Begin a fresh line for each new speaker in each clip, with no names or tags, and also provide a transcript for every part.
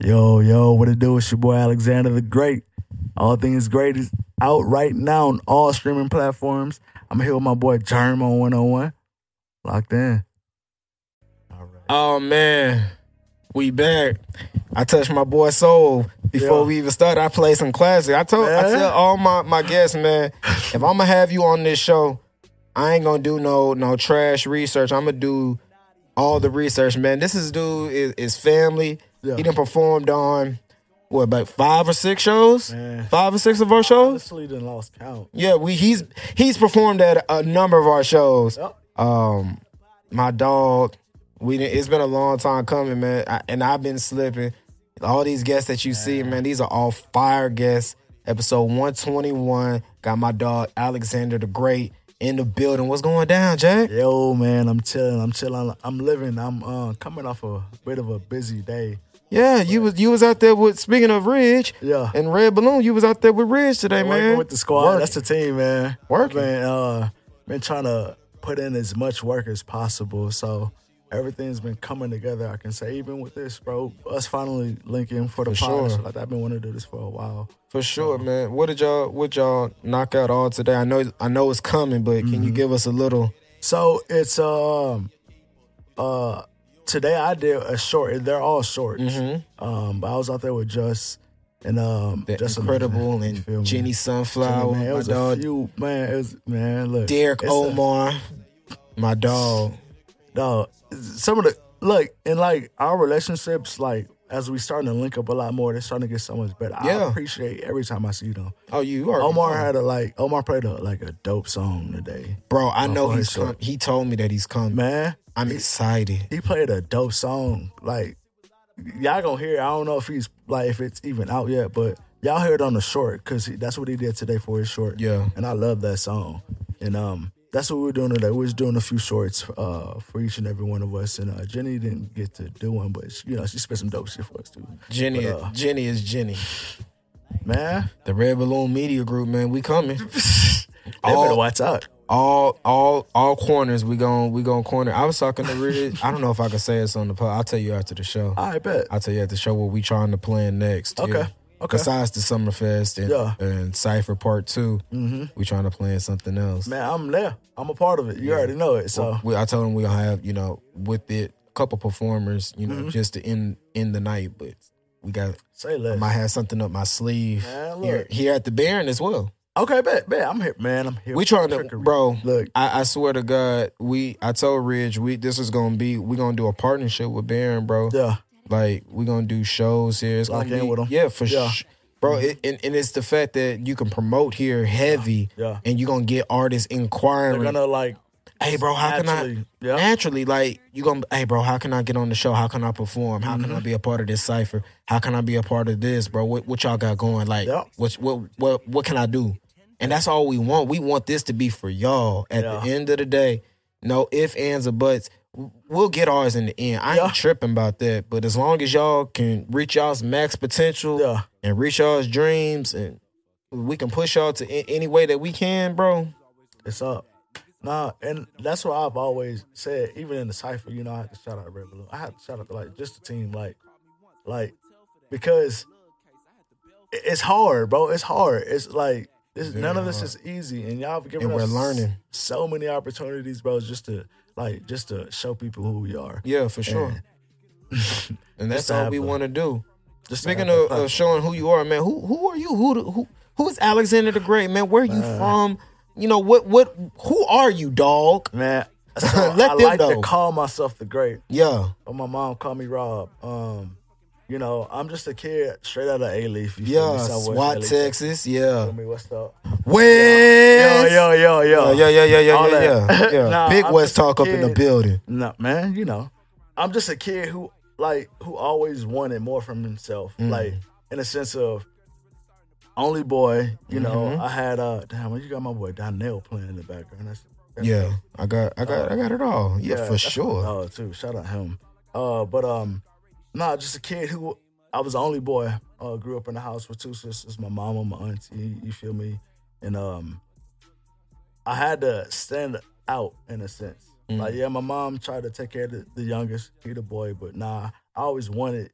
Yo, yo, what it do? It's your boy Alexander the Great. All Things Great is out right now on all streaming platforms. I'm here with my boy Germ on 101. Locked in. All right.
Oh man, we back. I touched my boy Soul before
Yeah.
we even started. I played some classic. I told I
Yeah.
tell all my my guests, man, if I'm gonna have you on this show, I ain't gonna do no no trash research. I'm gonna do all the research, man. This is dude is, is family.
Yeah.
He done performed on what about five or six shows?
Man.
Five or six of our shows.
Honestly, done lost count.
Yeah, we he's he's performed at a number of our shows.
Yep.
Um, my dog, we didn't- it's been a long time coming, man, I, and I've been slipping. All these guests that you see, man, these are all fire guests. Episode one twenty one got my dog Alexander the Great in the building. What's going down, Jack?
Yo, man, I'm chilling. I'm chilling. I'm living. I'm uh, coming off a bit of a busy day.
Yeah, you was you was out there with speaking of Ridge
Yeah.
and Red Balloon. You was out there with Ridge today, man.
Working with the squad.
Working.
That's the team, man.
Working.
Been, uh, been trying to put in as much work as possible. So everything's been coming together. I can say, even with this, bro, us finally linking for the
For
pod. and
sure.
shit Like that. I've been wanting to do this for a while.
For sure, man. What did y'all what y'all knock out all today? I know I know it's coming, but can you
Mm-hmm.
give us a little?
So it's um uh today I did a short. They're all shorts.
Mm-hmm.
Um, but I was out there with Just and um
That
Just
incredible
Amanda, you feel
and
me?
Jenny Sunflower,
man, it
my
was a
dog
few man. It was man. Look,
Derek
it's a-
Omar, my dog.
dog. Some of the look and like our relationships, like as we starting to link up a lot more, they're starting to get so much better. I
Yeah.
appreciate every time I see them.
Oh, you are
Omar had a like. Omar played a like a dope song today,
bro. I know
for
he's
sure.
come. He told me that he's coming.
man.
I'm excited.
He played a dope song. Like y'all gonna hear. it. I don't know if he's like if it's even out yet, but y'all heard it on the short because that's what he did today for his short.
Yeah.
and I love that song. And um, that's what we were doing today. We was doing a few shorts uh for each and every one of us. And uh, Jenny didn't get to do one, but she, you know she spit some dope shit for us too.
Jenny,
But, uh,
Jenny is Jenny.
man,
The Red Balloon Media Group, man. We coming.
they
All-
better watch out.
all all all corners. We gon' we gon' corner. I was talking to Ridge. I don't know if I can say this on the pod. I'll tell you after the show.
I bet.
I'll tell you at the show what we trying to plan next.
Okay,
yeah.
okay.
Besides the Summerfest and,
Yeah. Mm-hmm.
and Cypher Part 2 we trying to plan something else.
Man, I'm there. I'm a part of it. You already know it. So
We, I told him we gonna have you know with it a couple performers, you know,
Mm-hmm.
just to end end the night. But we got
say
I
less.
might have something up my sleeve
Man, look.
here, here at the Baron as well.
okay, bet, bet. I'm here, man. I'm here.
We trying to,
Trickery.
bro.
Look.
I, I swear to God, we. I told Ridge we this is gonna be. We gonna do a partnership with Baron, bro.
Yeah.
Like we gonna do shows here. It's
Lock
gonna
in
be-
with 'em.
Yeah, for
Yeah. Mm-hmm.
sure. Bro, it, and, and it's the fact that you can promote here heavy,
Yeah.
and you're gonna get artists
They're
inquiring.
gonna like.
hey, bro, how can
Naturally,
I
yeah.
naturally like you gonna? Hey, bro, how can I get on the show? How can I perform? How
Mm-hmm.
can I be a part of this cipher? How can I be a part of this, bro? What, what y'all got going? Like,
Yeah.
what what what what can I do? And that's all we want. We want this to be for y'all. At the
Yeah.
end of the day, no ifs, ands, or buts. We'll get ours in the end. I
Yeah.
ain't tripping about that. But as long as y'all can reach y'all's max potential
Yeah.
and reach y'all's dreams, and we can push y'all to a- any way that we can, bro.
It's up. Nah, and that's what I've always said, even in the cipher, you know, I have to shout out Red Balloon. I have to shout out like just the team, like like because i- it's hard, bro. It's hard. It's like it's, none of this is easy. And y'all have given
And
us
we're learning.
so many opportunities, bro, just to like just to show people who we are.
Yeah, for sure.
And-
And that's
Just to
all
have
we
the-
want to do.
Just to have
Speaking
the
of, of
platform.
showing who you are, man, who who are you? Who the- who who is Alexander the Great, man? Where you
Uh.
from? You know what what who are you, dog?
man, so
Let
I
them
like
know.
to call myself the great.
Yeah,
but my mom called me Rob. Um, you know, I'm just a kid straight out of A Leaf. you feel
yeah,
me? Southwest
SWAT,
LA.
Texas, yeah.
Feel me? What's up? Yo,
West,
yo, yo, yo,
yeah, yeah, yeah, yeah,
All
yeah,
that.
yeah. yeah.
Nah,
Big
I'm
West
just a
talk up in the
kid.
building.
No, man, you know, I'm just a kid who like who always wanted more from himself.
Mm.
Like in a sense of only boy. You know,
Mm-hmm.
I had uh, damn, well, you got my boy Donnell playing in the background. That's, that's
Yeah, I got, I got, I got it all. Yeah, for
that's what-
sure.
Oh, too. Shout out him. Uh, but um, nah, just a kid who I was the only boy. Uh, grew up in a house with two sisters, my mom and my auntie. You feel me? And um, I had to stand out in a sense.
Mm.
Like, yeah, my mom tried to take care of the, the youngest, he the boy, but nah, I always wanted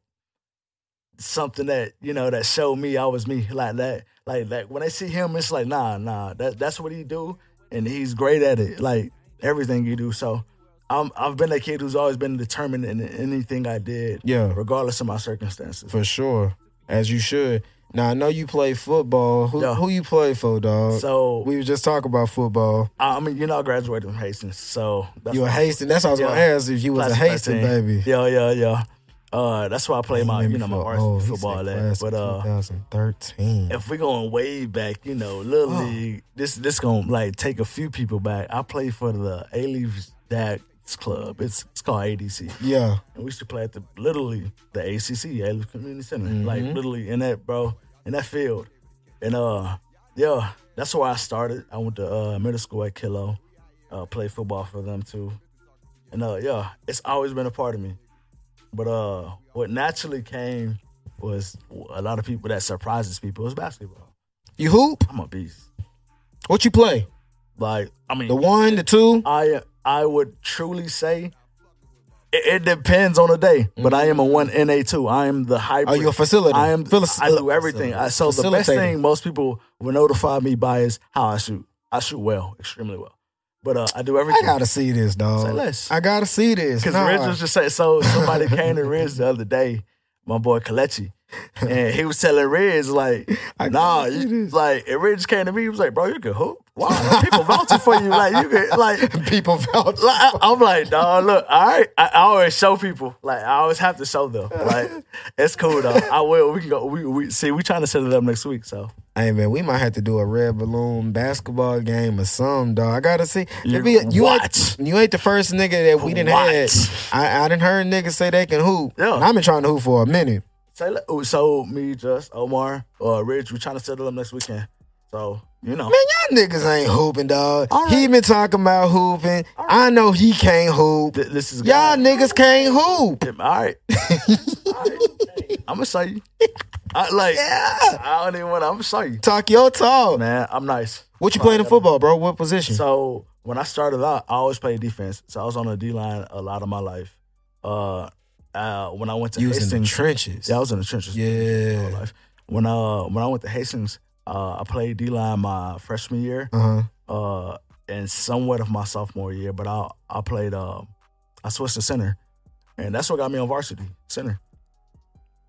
something that you know that showed me I was me like that. Like that when I see him, it's like nah, nah. That that's what he do, and he's great at it. Like everything you do. So I'm I've been that kid who's always been determined in anything I did.
Yeah.
regardless of my circumstances.
for sure, as you should. Now I know you play football. Who
Yeah.
who you play for, dog?
So
we were just talking about football.
I mean, you know, I graduated from Hastings, so that's
You a
why-
Hastings? That's what I was
Yeah.
gonna ask if you was a
class of
Hastings
13.
baby.
Yeah, yeah, yeah. Uh, that's why I play my,
He made
you
me
know, my
feel
varsity
old. He
football.
said
That,
class
but
of
uh,
2013.
if we're going way back, you know, little
Oh.
league, this this gonna like take a few people back. I played for the A League's Dads Club. It's it's called ADC,
yeah,
and we used to play at the Little League, the ACC, A League Community Center, like literally in that bro, in that field, and uh, yeah, that's where I started. I went to uh, middle school at Kilo, uh, played football for them too, and uh, yeah, it's always been a part of me. But uh, what naturally came was a lot of people that surprises people was basketball.
you hoop?
I'm a beast.
What you play?
Like I mean,
The one, the two?
I I would truly say it, it depends on the day, but I am a one and a two. I am the hybrid.
Mm. Are you a facilitator?
I am.
Falis-
I do everything. I, so the best
Facilitator.
thing most people will notify me by is how I shoot. I shoot well, extremely well. But uh, I do
I
everything.
gotta see this, dog.
Say less.
I gotta see this.
Because
Nah.
Riz was just saying, so somebody came to Riz the other day, my boy Kalechi, and he was telling Riz, like,
I
nah,
can't do
you,
this.
like, and Riz came to me, he was like, bro, you can hoop. Wow, people vouching for you. Like, you can, like,
people vouch.
like, I- I'm like, dog, look, all right. I, I always show people. Like, I always have to show them. Like, it's cool, though. I will. We can go. We, we See, we trying to set it up next week, so.
Hey man, we might have to do a red balloon basketball game or something, dog. I gotta see.
You-
Be- you
what?
Ain't, you ain't the first nigga that we didn't
What?
had. I, I didn't heard niggas say they can hoop.
Yeah.
And I've been trying to hoop for a minute.
Say, look, oh, so me, Just, Omar, uh, Ridge, we trying to set it up next weekend. So, you know.
Man, y'all niggas ain't hooping, dog.
All right.
He been talking about hooping. I know he can't hoop.
th- this is
Y'all niggas can't hoop.
All right. I'm gonna show you. I like.
Yeah.
I don't even want. I'm gonna show you,
Talk your talk.
man. I'm nice.
What you playing in football, bro? What position?
So when I started out, I always played defense. So I was on the D line a lot of my life. Uh, uh when I went to
you was in the
Hastings,
trenches.
yeah, I was in the trenches. my whole
Yeah.
life. When uh when I went to Hastings, uh, I played D line my freshman year,
Uh huh.
uh, and somewhat of my sophomore year. But I I played um, I switched to center, and that's what got me on varsity center.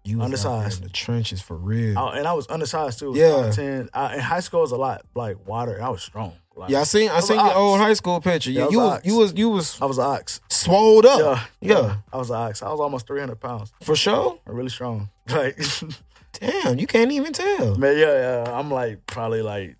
You was out there
Undersized.
in the trenches for real.
I, and I was undersized too.
Yeah.
Yeah, ten. I, in high school, I was a lot like wider. and I was strong. Like,
Yeah, I seen I
was
seen
an
your
ox.
old high school picture.
Yeah, I
You,
was an
you was
ox.
you was you was
I was an ox.
swolled up.
Yeah,
Oh. Yeah.
I was an ox. I was almost three hundred pounds.
For sure.
I'm really strong. Like,
Damn, you can't even tell.
man, yeah, yeah. I'm like probably like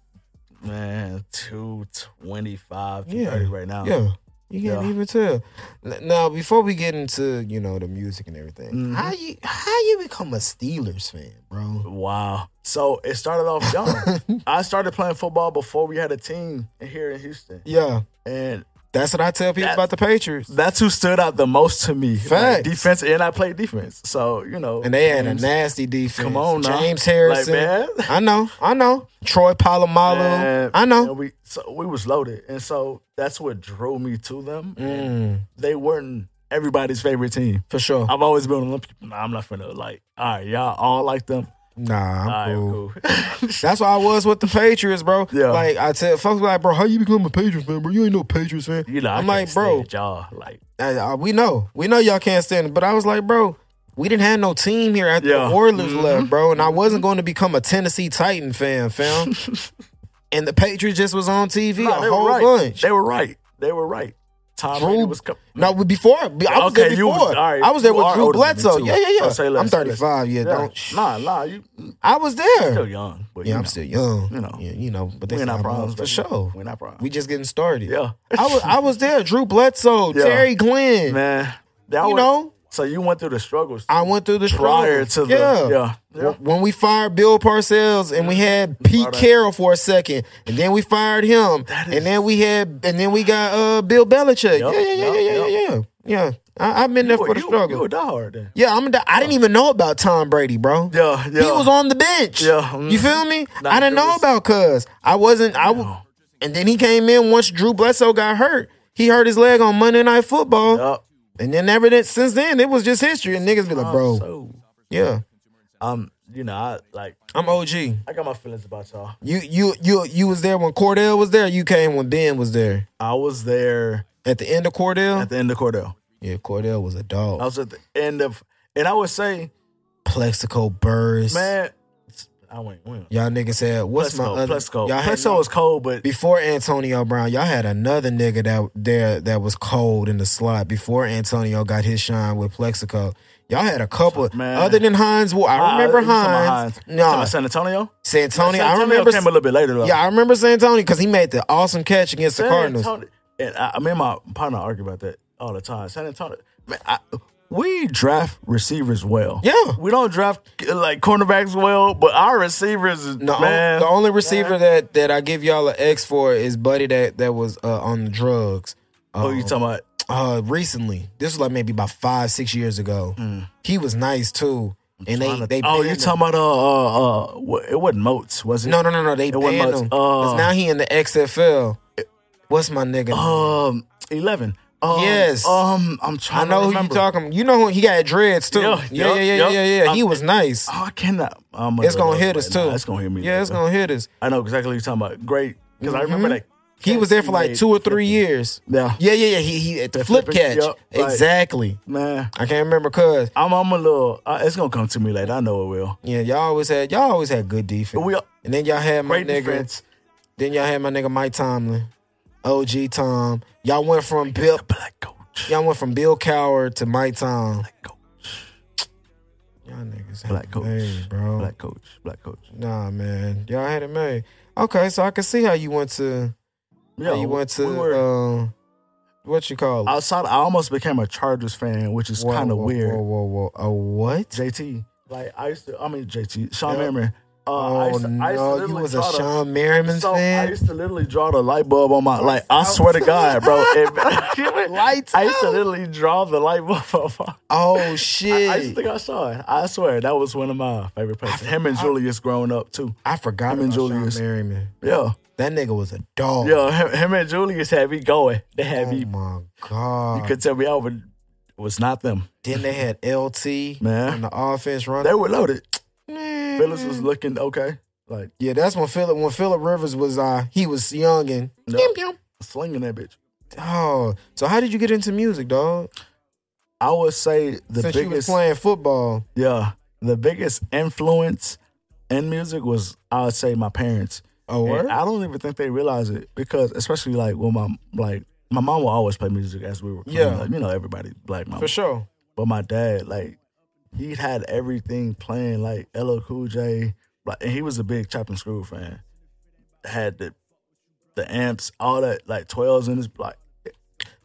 man two twenty five, two
Yeah.
thirty right now.
Yeah. You can't
Oh. Yeah.
even tell. N- Now, before we get into, you know, the music and everything,
Mhm.
how you how you become a Steelers fan, bro?
Wow. So it started off young. I started playing football before we had a team here in Houston,
Yeah.
and
That's what I tell people
That-
about the Patriots.
that's who stood out the most to me.
Facts.
Like, defense, and I played defense. So you know,
And they had a
teams-
nasty defense.
Come on, now.
James Harrison.
Like, man.
I know, I know. Troy Polamalu.
Man,
I know.
And we so we was loaded, and so that's what drew me to them. And
Mm,
They weren't everybody's favorite team.
for sure.
I've always been on them. Nah, I'm not finna like. All right, y'all all like them.
nah, I'm
All right,
cool.
cool.
That's why I was with the Patriots, bro.
Yeah.
Like I tell folks, like, bro, how you become a Patriots fan, bro? You ain't no Patriots fan.
you know, I
I'm
am
like, bro,
y'all like.
I- I- we know, we know y'all can't stand it, but I was like, bro, we didn't have no team here after
Yeah.
the Oilers
Mhm.
left, bro, and I wasn't going to become a Tennessee Titan fan, fam. and the Patriots just was on TV
Nah,
a
they
whole
were right.
bunch.
They were right. They were right. Tom
Drew-
Brady was coming.
No, but before I was
Okay,
there
you
before.
was- all right,
I was there
you
with
are
Drew
older than me,
Bledsoe.
too.
Yeah, yeah, yeah.
So say less,
I'm
say less.
35. Yeah, don't.
Nah, nah, you
I was there.
still young, but
yeah,
you
I'm
know,
still young.
You know.
yeah, you know. But
we
that's
in our
not
problems
problems for sure.
We're not problems.
We just getting started.
yeah,
I was I was there. Drew Bledsoe,
Yeah.
Terry Glenn.
man. That
you
was,
know,
so you went through the struggles
I went through the
prior to
struggle.
the yeah. yeah.
W- When we fired Bill Parcells and we had Pete
Right.
Carroll for a second, and then we fired him,
That is-
and then we had, and then we got uh, Bill Belichick.
Yup,
yeah, yeah, yeah,
yup,
yeah, yeah, yeah, yeah. I, I've been there
You-
for the
you-
struggle.
You a diehard then.
yeah, I'm. A, I didn't even know about Tom Brady, bro.
Yeah, yeah.
He was on the bench.
Yeah, mhm.
You feel me?
Nah,
I didn't
Drew
know
was-
about Cuz. I wasn't. I w-
No.
and then he came in once Drew Bledsoe got hurt. He hurt his leg on Monday Night Football,
Yup. Oh,
and then ever then- since then it was just history. And niggas be like, bro,
So,
yeah.
I'm, you know, I like
I'm OG.
I got my feelings about y'all.
You you you you was there when Cordell was there. You came when Dan was there.
I was there
At the end of Cordell,
at the end of Cordell.
yeah, Cordell was a dog.
I was at the end of, and I would say,
Plexico Burris.
man, I went. went.
Y'all niggas had what's
Plexico,
my other?
Plexico.
Y'all had
Plexico was cold, but
before Antonio Brown. Y'all had another nigga that there that was cold in the slot before Antonio got his shine with Plexico. Y'all had a couple
Man.
other than Hines. Well, I remember
you talking about
Hines.
You talking
No,
about San Antonio.
Santoni.
San
I
Antonio
remember.
came a little bit later though.
Yeah, I remember Santoni because he made the awesome catch against the
San
Cardinals.
Antonio, and I, I mean, my partner argue about that all the time. San Antonio, man, I, we draft receivers well.
Yeah.
we don't draft like cornerbacks well, but our receivers, is
No,
man,
the only receiver that that I give y'all an X for is Buddy that that was uh, on the drugs.
who Oh, you talking about?
Uh, recently, this was like maybe about five six years ago.
Mm.
He was nice too, and they they
oh, you
banned
talking about uh uh uh? wha- It wasn't Moats, was it?
him. No, no, no, no. They
wasn't
banned
much.
him. 'Cause
Uh,
now he in the XFL. What's my nigga?
Um, eleven. Um,
Yes.
Um, I'm
I
trying.
know
to
who you
remember.
talking. You know who he got dreads too.
Yeah, yup,
Yeah, yeah, yeah, yeah,
yup.
yeah. He
I'm-
was nice.
Oh, I cannot. I'm
It's gonna hit us too.
Nah, it's gonna hit me.
Yeah, it's
later.
gonna hit us.
I know exactly what you're talking about. Great, because I remember that
He was there for like two or three years.
Yeah.
Yeah, yeah, yeah. He he at the flip
flipping-
catch.
yup, right.
Exactly.
man.
I can't remember cuz.
I'm I'm a little. Uh, it's gonna come to me later. I know it will.
Yeah, y'all always had y'all always had good defense.
We-
and then y'all had my
Great
nigga.
defense.
Then y'all had my nigga Mike Tomlin, OG Tom. Y'all went from Bill.
Black coach.
Y'all went from Bill Cowher to Mike Tom.
Black coach.
Y'all niggas had
Black
it made,
coach.
bro.
Black coach. Black coach.
Nah, man, y'all had it made. Okay, so I can see how you went to
Yeah,
how you went to
we were-
uh, what you call it?
outside. I almost became a Chargers fan, which is
Whoa,
kind of
whoa,
weird. uh,
Whoa, whoa, whoa! A what?
JT, like I used to. I mean JT, Sean
Yeah.
Merriman. Uh, I
oh
used to, I used to
no, you
literally
was a
draw the-
Sean Merriman
So I
fan.
used to literally draw the light bulb on my like. I swear to God, bro. It,
Lights
I used to
out.
literally draw the light bulb on my.
Oh shit!
I used to think I saw it. I swear that was one of my favorite places. Him and Julius growing up too.
I forgot
Him and
about
Julius.
Sean Merriman.
Yeah,
That nigga was a dog.
yeah. Him, him and Julius had me going. They had
Oh
me.
my
You
god!
could tell me I would, was not them.
then they had LT
Man.
on the offense
They
run.
were loaded. Phillips
Mm.
was looking okay, like
yeah, that's when Philip when Philip Rivers was uh he was young and
Yep. slinging that bitch.
oh. So how did you get into music, dog?
I would say the
Since you was
biggest.
playing football,
Yeah, the biggest influence in music was I would say my parents.
oh,
And
word?
I don't even think they realize it because especially like when my like my mom will always play music as we were growing
Yeah.
up. you know everybody black mom.
for sure.
But my dad like he had everything playing like LL Cool J, like and he was a big Chop and Screw fan. Had the the amps, all that like twelves in his like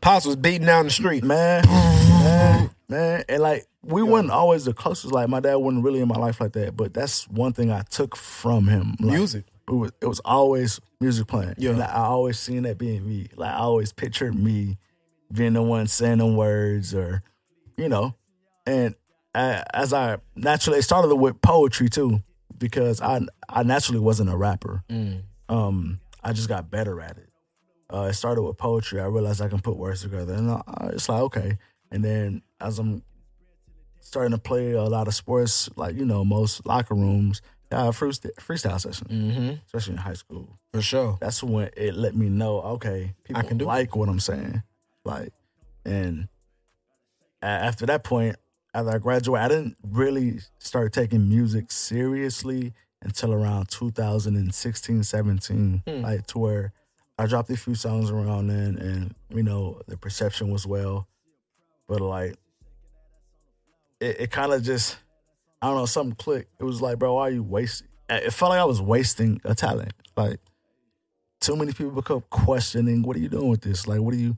Pops was beating down the street.
man, man, man, and like we weren't always the closest. Like my dad wasn't really in my life like that, but that's one thing I took from him. Like,
Music.
It was, it was always music playing.
Yeah.
Yeah, like, I always seen that being me. Like I always pictured me being the one saying the words, or you know, and I, as I naturally it started with poetry too, because I I naturally wasn't a rapper. Um, I just got better at it uh, it started with poetry. I realized I can put words together, and I, I- it's like okay. And then as I'm starting to play a lot of sports, like you know, most locker rooms, I have freest- freestyle session,
Mm-hmm.
especially in high school.
For sure.
That's when it let me know, okay, people
can do it.
like what I'm saying, like, and a- after that point, after I graduated, I didn't really start taking music seriously until around 2016, 17,
Hmm.
like to where I dropped a few songs around then, and you know the perception was well, but like it, it kind of just I don't know something clicked. It was like, bro, why are you wasting? It felt like I was wasting a talent. Like too many people become questioning, what are you doing with this? Like, what are you?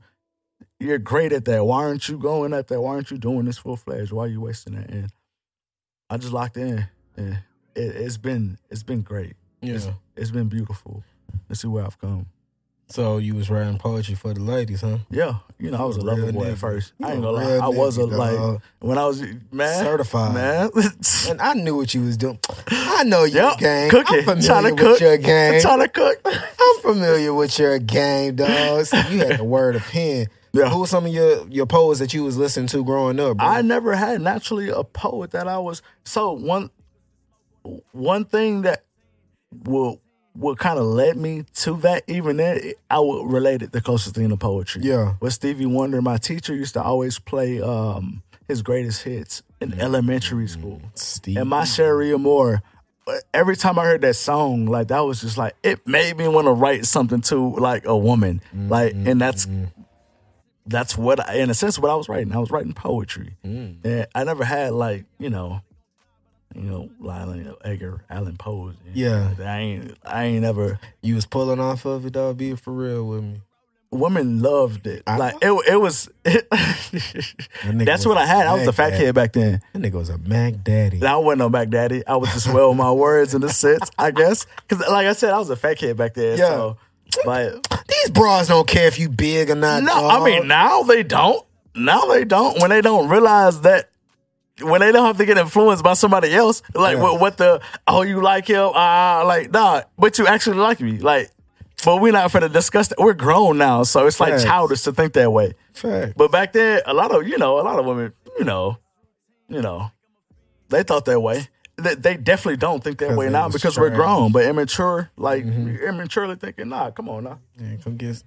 You're great at that. Why aren't you going at that? Why aren't you doing this full fledged? Why are you wasting it? And I just locked in, and it, it's been it's been great. It's, it's been beautiful. Let's see where I've come.
So you was writing poetry for the ladies, huh?
Yeah, you know, I was a
Real
lover boy
nigga.
at first.
You
I
a
ain't gonna
real
lie. I was a
nigga,
like
dog.
when I was man
Certified.
man.
And I knew what you was doing. I know your
Yep,
game.
cooking,
I'm familiar
trying to
with
cook,
your game.
trying to cook.
I'm familiar with your game, dog. So you had the word of pen.
Yeah.
Who was some of your, your poets that you was listening to growing up, bro?
I never had naturally a poet that I was. So one one thing that will what kind of led me to that even then i would relate it the closest thing to poetry
Yeah.
but stevie wonder my teacher used to always play um his greatest hits in elementary school
Steve.
and my Sharia Moore. Every time I heard that song, like that was just like it made me want to write something to like a woman,
Mm-hmm,
like, and that's that's what I, in a sense what I was writing. I was writing poetry,
Mm.
and I never had like you know, you know, Lionel Edgar Allan Poe. and
Yeah.
like that. I ain't I ain't ever.
you was pulling off of it, dog. Be for real with me.
Women loved it.
I-
Like it, it was.
nigga
that's
was
what I had. I was the
like
fat
that.
kid back then.
That nigga was a Mac Daddy.
I wasn't no Mac Daddy. I was just well with my words in a sense, I guess. Because, like I said, I was a fat kid back then.
Yeah.
So, like,
These bras don't care if you big or not.
no, I
dawg.
mean, now they don't. Now they don't. When they don't realize that, when they don't have to get influenced by somebody else, like,
Yeah.
what, what the, oh, you like him? Ah, like, nah, but you actually like me. Like, but we're not finna discuss that. We're grown now. So it's like
Facts.
childish to think that way.
Fact.
But back then, a lot of you know, a lot of women, you know, you know, they thought that way. They, they definitely don't think that
'Cause
way
they
now
was Mm-hmm.
because we're
trash.
grown, but immature, like immaturely thinking, nah, come on now,
Man, come get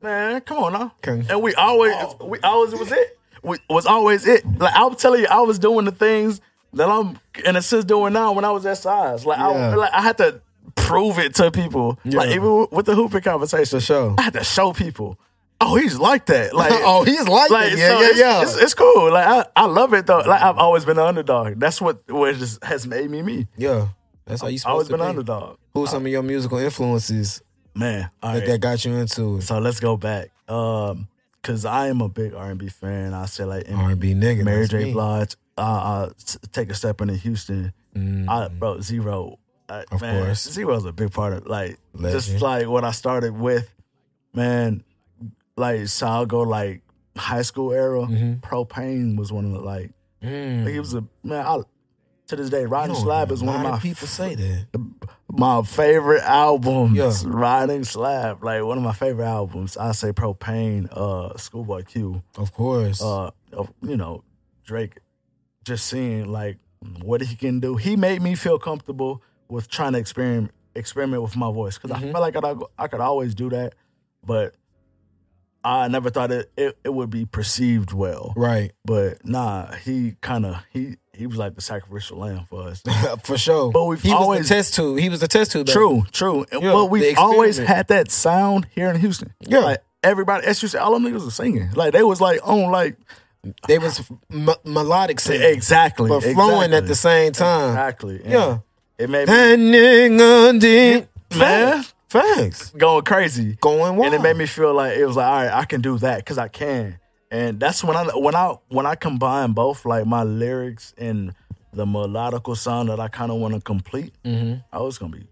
man, come on now.
Can-
And we always, we always was it, we, was always it. Like I'm telling you, I was doing the things that I'm in a sense doing now when I was that size. Like I,
Yeah.
like I had to prove it to people. Like
Yeah.
even with the hooping conversation,
for sure.
I had to show people. Oh, he's like that. Like
oh, he's like,
like
that. Yeah,
so
yeah,
it's,
yeah.
It's, it's cool. Like I, I love it though. Like I've always been an underdog. That's what what just has made me me.
yeah. That's how you
always
supposed to
been
be.
an underdog.
Who's some of your musical influences
Man, all
that,
right.
that got you into it?
So let's go back. Um, cause I am a big R and B fan. I say like
R and B nigga,
Mary
that's
J.
me.
Blige. Uh, uh, s- take a step into Houston.
Mm,
I bro zero. Uh,
Of
man,
course.
zero's a big part of like just
Legend.
like what I started with. Man, like so I'll go like high school era.
Mhm.
Propane was one of the like.
mm.
Like, he was a man. I, to this day,
You
Riding
know,
Slab is
a
one of
lot
my
people say that.
my favorite albums.
Yeah.
Riding Slab, like one of my favorite albums. I say Propane, uh, Schoolboy Q,
Of course.
uh, of- you know, Drake. Just seeing like what he can do. He made me feel comfortable with trying to experiment experiment with my voice because I
Mhm.
felt like I I could always do that, but I never thought it it, it would be perceived well.
right.
But nah, he kind of he he was like the sacrificial lamb for us.
for sure.
But we've
he
always-
was the test tube. He was the test tube. baby.
true, true. And,
Yeah,
well, we
the
always
experiment.
had that sound here in Houston.
Yeah.
like everybody, as you said, all them niggas was singing. Like they was like on like
They was m- melodic singing,
exactly,
but flowing at
exactly,
the same time.
exactly. And
Yeah.
it made me
That nigga did.
Man.
Facts.
going crazy.
Going wild.
and it made me feel like it was like all right i can do that because i can and that's when i when i when i combine both like my lyrics and the melodical sound that i kind of want to complete
Mhm.
oh it's gonna be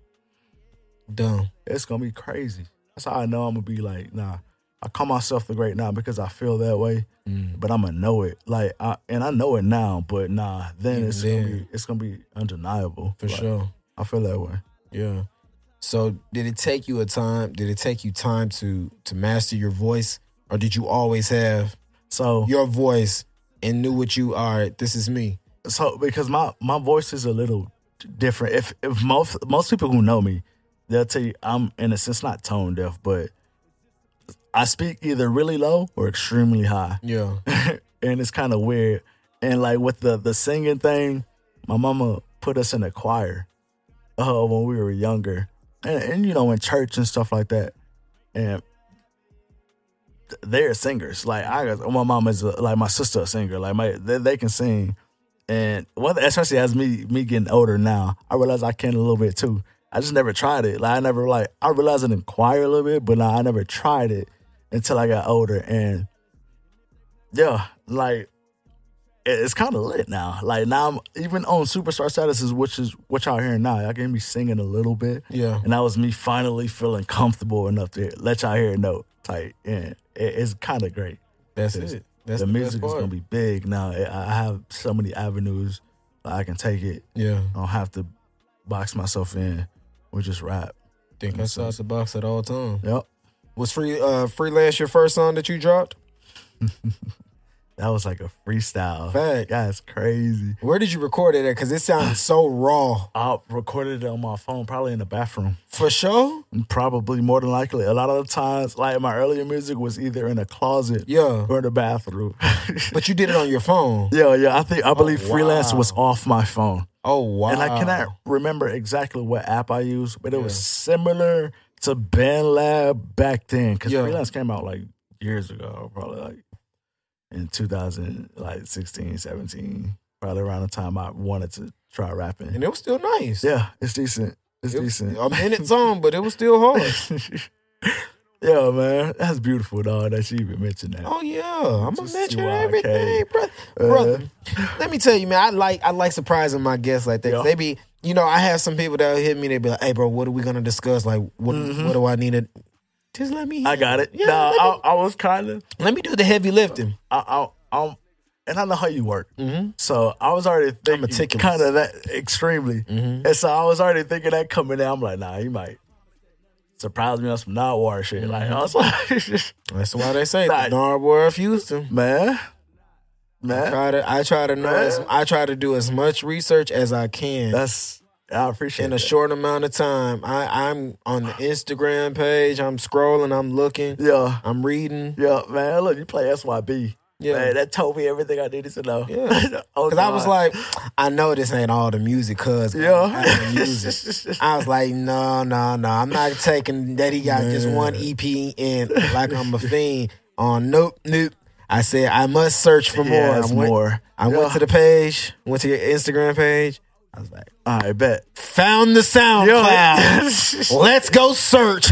dumb.
it's gonna be crazy that's how i know i'm gonna be like nah i call myself the great now because i feel that way
Mm.
but i'm gonna know it like I, and i know it now but nah then
Even
it's gonna
then.
be it's gonna be undeniable
For
Like,
sure.
i feel that way
Yeah. So did it take you a time? Did it take you time to to master your voice, or did you always have
so
your voice and knew what you are? This is me.
so because my my voice is a little different. If if most most people who know me, they'll tell you I'm in a sense not tone deaf, but I speak either really low or extremely high,
Yeah.
and it's kind of weird. And like with the the singing thing, my mama put us in a choir uh, when we were younger, and, and you know in church and stuff like that, and th- they're singers. Like I, my mom is a, like my sister a singer. Like my they, they can sing, and one thing- especially as me me getting older now, I realize I can a little bit too. I just never tried it. Like I never like I realized it in choir a little bit, but nah, I never tried it until I got older. And yeah, like it- it's kind of lit now. Like now, I'm even on superstar statuses, which is what y'all hearing now. Y'all can be singing a little bit,
Yeah.
and that was me finally feeling comfortable enough to let y'all hear a note. Tight, and it, it's kind of great
That's
It's-
it. That's
the,
the,
music is
best
gonna
part.
be big now. I I have so many avenues I can take it.
Yeah.
I don't have to box myself in with just rap.
Think
Makes
outside
sense.
the box at all times.
Yep.
Was free uh freelance your first song that you dropped?
That was like a freestyle.
Fact.
That's crazy.
Where did you record it at? Because it sounded so raw.
I recorded it on my phone, probably in the bathroom.
For sure?
Probably more than likely. A lot of the times, like my earlier music was either in a closet
Yeah.
or in the bathroom.
But you did it on your phone.
yeah, yeah. I think I believe freelance was
Oh, wow.
off my phone.
Oh, wow.
And I cannot remember exactly what app I used, but it was similar to BandLab back then. Because
Yeah.
freelance came out like years ago, probably like in 2000, like 16, 17, probably around the time I wanted to try rapping.
And it was still nice.
Yeah, it's decent. It's
It was-
decent.
A minute's on, but it was still hard.
yeah, man, that's beautiful, dog. That she even mentioned that.
Oh yeah, I'm gonna
Just
mention
CYK.
everything, brother. brother.
Uh,
Let me tell you, man. I like I like surprising my guests like that. 'Cause
Yeah.
They be, you know, I have some people that hit me. They be like, "Hey, bro, what are we gonna discuss? Like, what what do I need to? Just let me.
Mm-hmm. I got it.
Yeah,
nah,
let, me,
I, I was kind of.
let me do the heavy lifting.
I, I, I'm, and I know how you work. Mm-hmm. So I was already thinking
meticulous.
kind
Mm-hmm.
of that extremely. And so I was already thinking that coming in. I'm like, nah, you might surprise me on some not war shit. Like, I was like,
That's why they say
Nah.
the Narwhal refused them.
man, man,
Try to, I try to know as I try to do as much research as I can.
that's, I appreciate
in a
that.
short amount of time, I, I'm on the Instagram page. I'm scrolling. I'm looking.
Yeah.
I'm reading.
Yeah, man. Look, you play SYB.
Yeah.
Man, that told me everything I needed to know.
Yeah.
Oh,
Cause I was
God.
like, I know this ain't all the music, cuz
Yeah.
I, ain't music. I was like, no, no, no, I'm not taking that he got just one EP in like I'm a fiend on nope, nope. I said I must search for more.
Yeah, it's
I went,
more.
I
Yeah.
went to the page, went to your Instagram page. I was like,
I bet.
found the SoundCloud.
Yo,
Let's go search.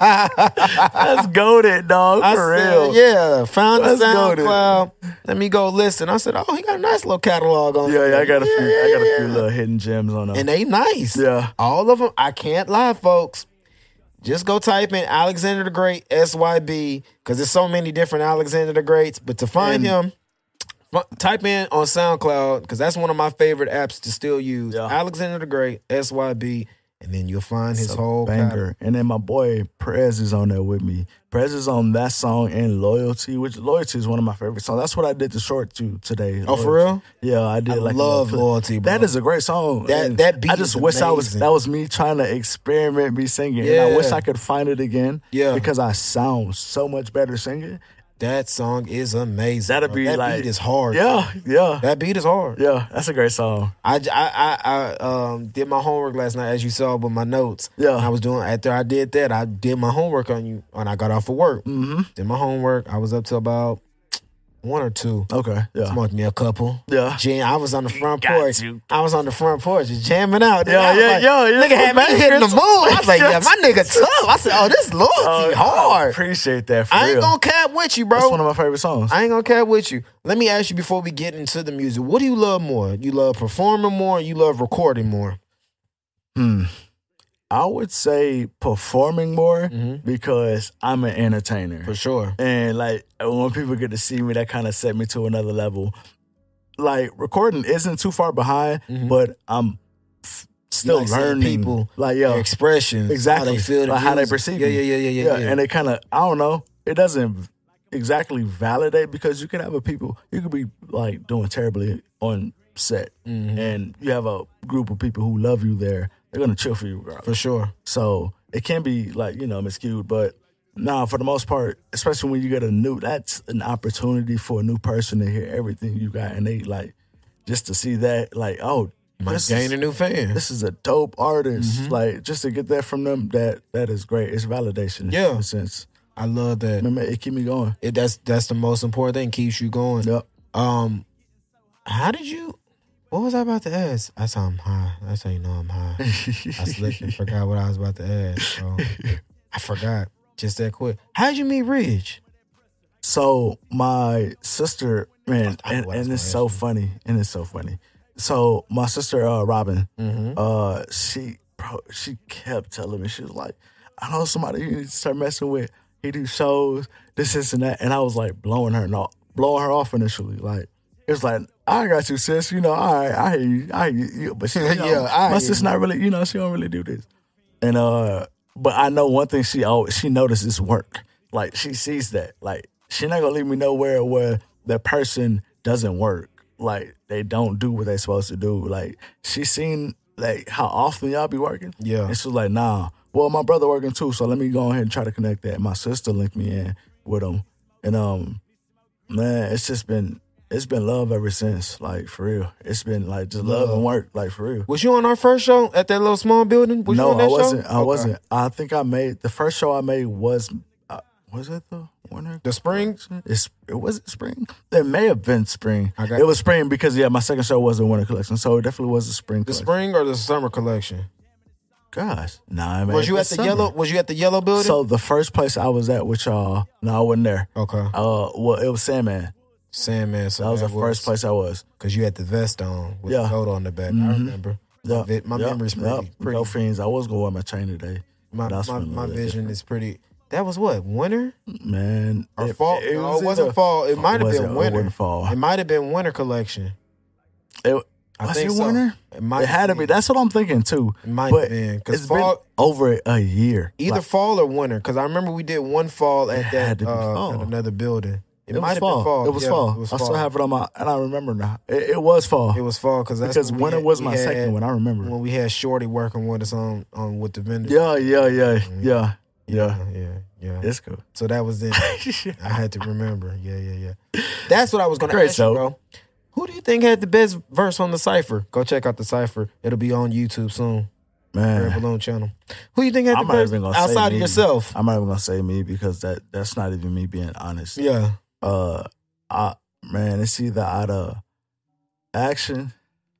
that's goaded, dog. For
I said,
real.
yeah, found
Let's
the
go to-
SoundCloud. Let me go listen. I said, oh, he got a nice little catalog on.
yeah, yeah. I got a few. I got a few
yeah.
little hidden gems on
and
them.
they nice.
Yeah.
all of them. I can't lie, folks. Just go type in Alexander the Great SYB because there's so many different Alexander the Greats. But to find him, f- type in on SoundCloud because that's one of my favorite apps to still use.
Yeah.
Alexander the Great SYB, and then you'll find his
It's a
whole catalog.
banger. And then my boy Prez is on there with me. Prez is on that song and Loyalty, which Loyalty is one of my favorite songs. That's what I did the short to today.
Oh, for real?
Yeah, I did
I
like a
love
little clip.
Loyalty, bro.
That is a great song.
That-
And
that beat
I just
is
wish I was
amazing.
that was me trying to experiment me singing. And I wish
Yeah.
I could find it again.
Yeah.
Because I sound so much better singing.
That song is amazing.
That'd
bro.
be
that
like
beat is hard.
Yeah, yeah.
That beat is hard.
yeah, that's a great song.
I, I, I, I um, did my homework last night, as you saw with my notes.
Yeah.
I was doing after I did that. I did my homework on you, and I got off of work. Mm-hmm. Did my homework. I was up to about one or two.
Okay. Yeah.
Smoked me a couple.
Yeah.
Jam, I was on the front
got
porch.
to.
I was on the front porch just jamming out. dude.
Yeah,
I was
yeah,
like,
yo, it's
Nigga had
the
me hitting the moon. I was like, yeah,
bangers.
my nigga tough. I said, oh, this loyalty
Oh, I
hard.
appreciate that for
I ain't
real.
gonna cap with you, bro.
that's one of my favorite songs.
I ain't gonna cap with you. Let me ask you before we get into the music. What do you love more? You love performing more. You love recording more.
hmm. I would say performing more because I'm an entertainer.
For sure.
And like when people get to see me, that kind of set me to another level. Like recording isn't too far behind, but I'm f- still
Mm-hmm. like seeing
learning.
people,
like
Their
yo,
expressions.
exactly
How they feel. the
like how they
music.
perceive
Yeah,
me.
yeah, yeah, yeah, yeah. yeah.
And it kind of I don't know. It doesn't exactly validate because you can have a people you could be like doing terribly on set,
Mm-hmm.
and you have a group of people who love you there. They're gonna chill for you, regardless.
for sure.
So it can be like, you know, miscued, but nah, for the most part, especially when you get a new that's an opportunity for a new person to hear everything you got and they like just to see that, like, oh,
My
this
gaining Mm-hmm.
is,
new fans.
this is a dope artist. Like just to get that from them, that that is great. It's validation
Yeah.
in a sense.
I love that.
Remember, it keep me going.
It, that's that's the most important thing. Keeps you going.
Yep.
Um, how did you? What was I about to ask? That's how I'm high. That's how you know I'm high. I slipped and forgot what I was about to ask. So I forgot just that quick. How did you meet Ridge?
So my sister, man,
I know
and,
what I was
and it's so
gonna
funny, and it's so funny. So my sister, uh, Robin,
Mm-hmm.
uh, she bro, she kept telling me she was like, I know somebody you need to start messing with. He do shows, this, this, and that, and I was like blowing her off, blowing her off initially. Like it was like, I got you, sis. You know, all right, I hear you, I hear you. Yeah, But she, you know,
Yeah, I
my
hear
sister not really, you know, she don't really do this. And uh, but I know one thing she always she notices work. Like she sees that. Like she not gonna leave me nowhere where the person doesn't work. Like they don't do what they supposed to do. Like she seen like how often y'all be working.
Yeah.
And she was like, nah. Well, my brother working too, so let me go ahead and try to connect that. My sister linked me in with him, and um, man, it's just been it's been love ever since. Like for real, it's been like just love, and work. Like for real.
Was you on our first show at that little small building? Was you
no,
on that
I wasn't.
Show?
I
Okay.
wasn't. I think I made the first show I made was uh, was it the winter?
The spring.
It's, it was it spring. It may have been spring.
I got-
It was spring because yeah, my second show was the winter collection, so it definitely was the spring.
The
collection.
spring or the summer collection?
Gosh, nah, man.
Was you
it
at the
summer.
yellow? Was you at the yellow building?
So the first place I was at with y'all, no, I wasn't there.
okay,
Uh, well, it was Sandman.
Sandman. So
That was the first place I was.
because you had the vest on with the
Yeah.
coat on the back. I
Mhm.
remember.
Yeah,
My, vi- my
yeah,
memory's
yeah.
pretty. pretty
No fiends. I was gonna wear my chain today.
my
That's
my,
when it
my
was
vision is pretty. That was what winter
Man,
or fall? no, it wasn't
either-
fall. It might have
was
been
it? It
winter.
wasn't fall.
It might have been winter collection.
It,
I
was
think
it
so.
winter?
It might
It had to
have
be.
been.
That's what I'm thinking too.
It might
But
have been because
It's
fall.
been over a year.
Either
Like,
fall or winter, because I remember we did one fall at
It
that
had to be
uh,
fall.
at another building. It,
it was
might have been fall.
It was
Yeah,
fall.
It was
I
fall.
still have it on my, and I remember now. It, it was fall
It was fall cause that's
because
when we
winter
had-
was
we
my
had-
second one. I remember.
When we had Shorty working with us on on with the vendor.
yeah, yeah, yeah, yeah, yeah.
yeah, yeah.
It's cool.
So that was then. I had to remember. Yeah, yeah, yeah. That's what I was gonna
Great
ask
show.
you, bro. Who do you think had the best verse on the cipher? Go check out the cipher. It'll be on YouTube soon. Red
Man,
Balloon channel. Who you think had
I'm
the
not
best
even gonna say
outside of
me.
yourself?
I'm not even gonna say me because that that's not even me being honest.
yeah.
Uh, I man, it's either out of action.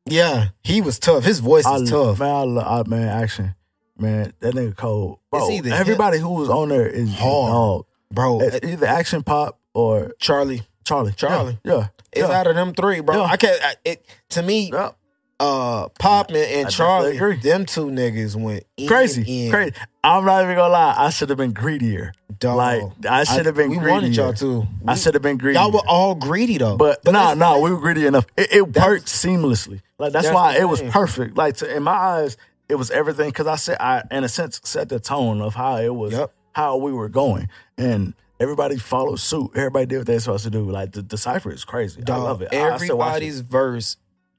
Yeah. He was tough. His voice
I
is tough.
man, I, lo- I, man, action, man. That nigga cold. Bro,
It's either him-
everybody who was on there is
Hard. Oh,
dog.
Bro,
It's either action pop or
Charlie.
Charlie.
Charlie.
Yeah. yeah.
It's
Yeah.
out of them three, bro.
Yeah.
I can't I, it to me,
Yeah.
uh Pop and, and
I
Charlie,
definitely agree.
them two niggas went in
Crazy.
and
Crazy. I'm not even gonna lie. I should have been greedier.
Dog.
Like I should have been
Oh. We
greedier.
wanted y'all too.
I should have been greedy.
y'all were all greedy though.
But, nah,
that's-
nah, we were greedy enough. It, it worked seamlessly. Like that's,
That's
why
the
it was
thing.
perfect. Like to, in my eyes, it was everything because I said I, in a sense, set the tone of how it was,
Yep.
how we were going, and everybody followed suit. Everybody did what they supposed to do. Like the, the cipher is crazy. I
dog,
love it. I- I still watch it.
Everybody's verse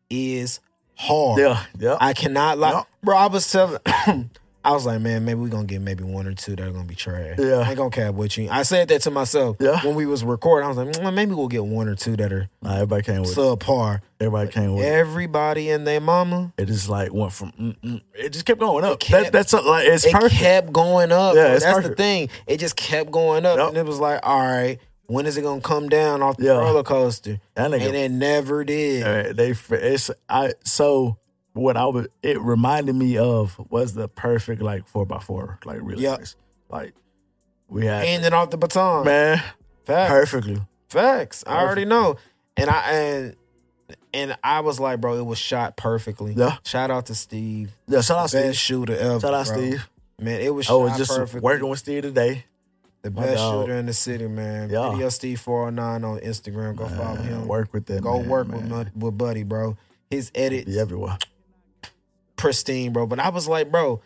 is hard.
yeah, yeah.
I cannot lie.
Yup.
Bro, I was telling I was like, man, maybe we're gonna get maybe one or two that are gonna be trash.
Yeah.
I ain't gonna cap with you. I said that to myself
Yeah.
when we was recording. I was like, "Mm, maybe we'll get one or two that are
nah, everybody came with. it.
subpar.
everybody came with. it.
Everybody and their mama.
It just like went from. Mm, mm, it just kept going up.
kept-
that, that's a, like it's
it
perfect.
kept going up.
Yeah,
bro.
it's
that's the
perfect.
thing. It just kept going up,
Yup.
and it was like, all right, when is it gonna come down off the
Yeah.
roller coaster?
That nigga
And it never did.
Uh, they it's I so what I was it reminded me of was the perfect like four by four like really
Yep.
nice. like we had
Handing off the baton.
man
Facts.
perfectly
Facts. I
Perfect.
already know. And I and and I was like, bro, it was shot perfectly.
Yeah.
Shout out to Steve,
yeah shout out
best
Steve
shooter ever.
shout out
bro.
Steve
Man, it was
I
shot
was just
perfectly.
working with Steve today
the
my
best
dog.
shooter in the city, man.
Yeah.
Video Steve four oh nine on Instagram. Go follow
Man,
him.
work with that
Go
man,
work with
man.
Mud- with Buddy, bro. His edits
be everywhere
pristine, bro. But I was like, bro,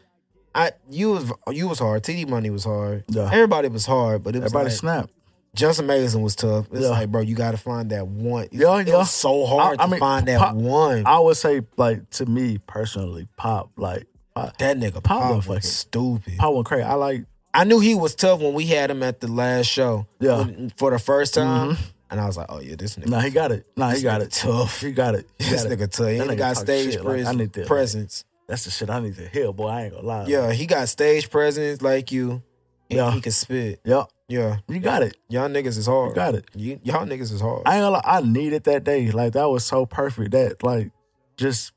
I you was you was hard. TD Money was hard.
Yeah.
Everybody was hard, but it was
everybody
like,
snap
Just Amazing was tough. It's
Yeah.
like, bro, you got to find that one. It,
Yeah,
it
yeah.
was so hard
I- I
to
mean,
find that
Pop-
one.
I would say like to me personally pop like pop,
that nigga
Pop
Pop
motherfucker.
was stupid.
pop went crazy I like
I knew he was tough when we had him at the last show.
Yeah. Mm-hmm.
When- for the first time, and I was like, oh yeah, this nigga,
nah he got it nah he
This
got
nigga
it
tough.
he got it he
this
got it.
nigga tough. He
That nigga
got
talk
stage
shit, like, I
pres-
need that, like-
presence.
that's the shit I need to hear boy I ain't gonna lie
Yeah, he got stage presence like you, and
Yeah.
he can spit.
yeah
Yeah,
you got it
y'all niggas is hard.
you got it
You, y'all niggas is hard.
I ain't gonna lie, I needed that day. Like that was so perfect. That like just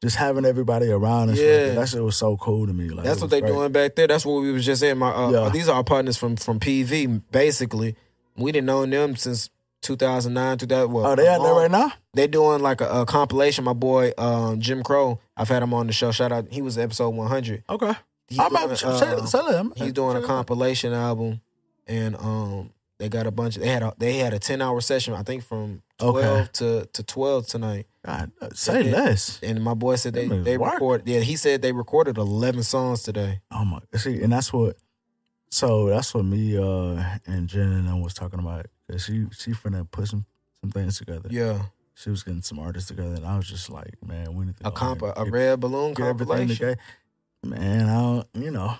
just having everybody around and
Yeah.
shit. That shit was so cool to me. Like
That's
it
what
was
they
great.
doing back there. That's what we was just saying. My uh,
Yeah.
these are our partners from from PV. Basically, we didn't know them since 2009, 2000. Well,
Oh, they out there right now?
They doing like a, a compilation. My boy um, Jim Crow. I've had him on the show. Shout out. He was episode 100.
Okay.
He's
I'm
doing,
about to
uh,
sell, sell it. I'm-
he's doing a
sell it.
compilation album, and um, they got a bunch. Of, they had a they had a 10 hour session. I think from 12
Okay.
to to 12 tonight.
God, uh, say
Yeah.
less.
And my boy said they
Them niggas
they
work.
recorded. Yeah, he said they recorded 11 songs today.
Oh my see, and that's what so that's what me uh and Jen and I was talking about. 'Cause She she finna put some some things together.
Yeah,
She was getting some artists together, and I was just like, man, we need to go
a comp,
ahead
a
and
red balloon
get, get everything
compilation.
together. Man, I don't, you know,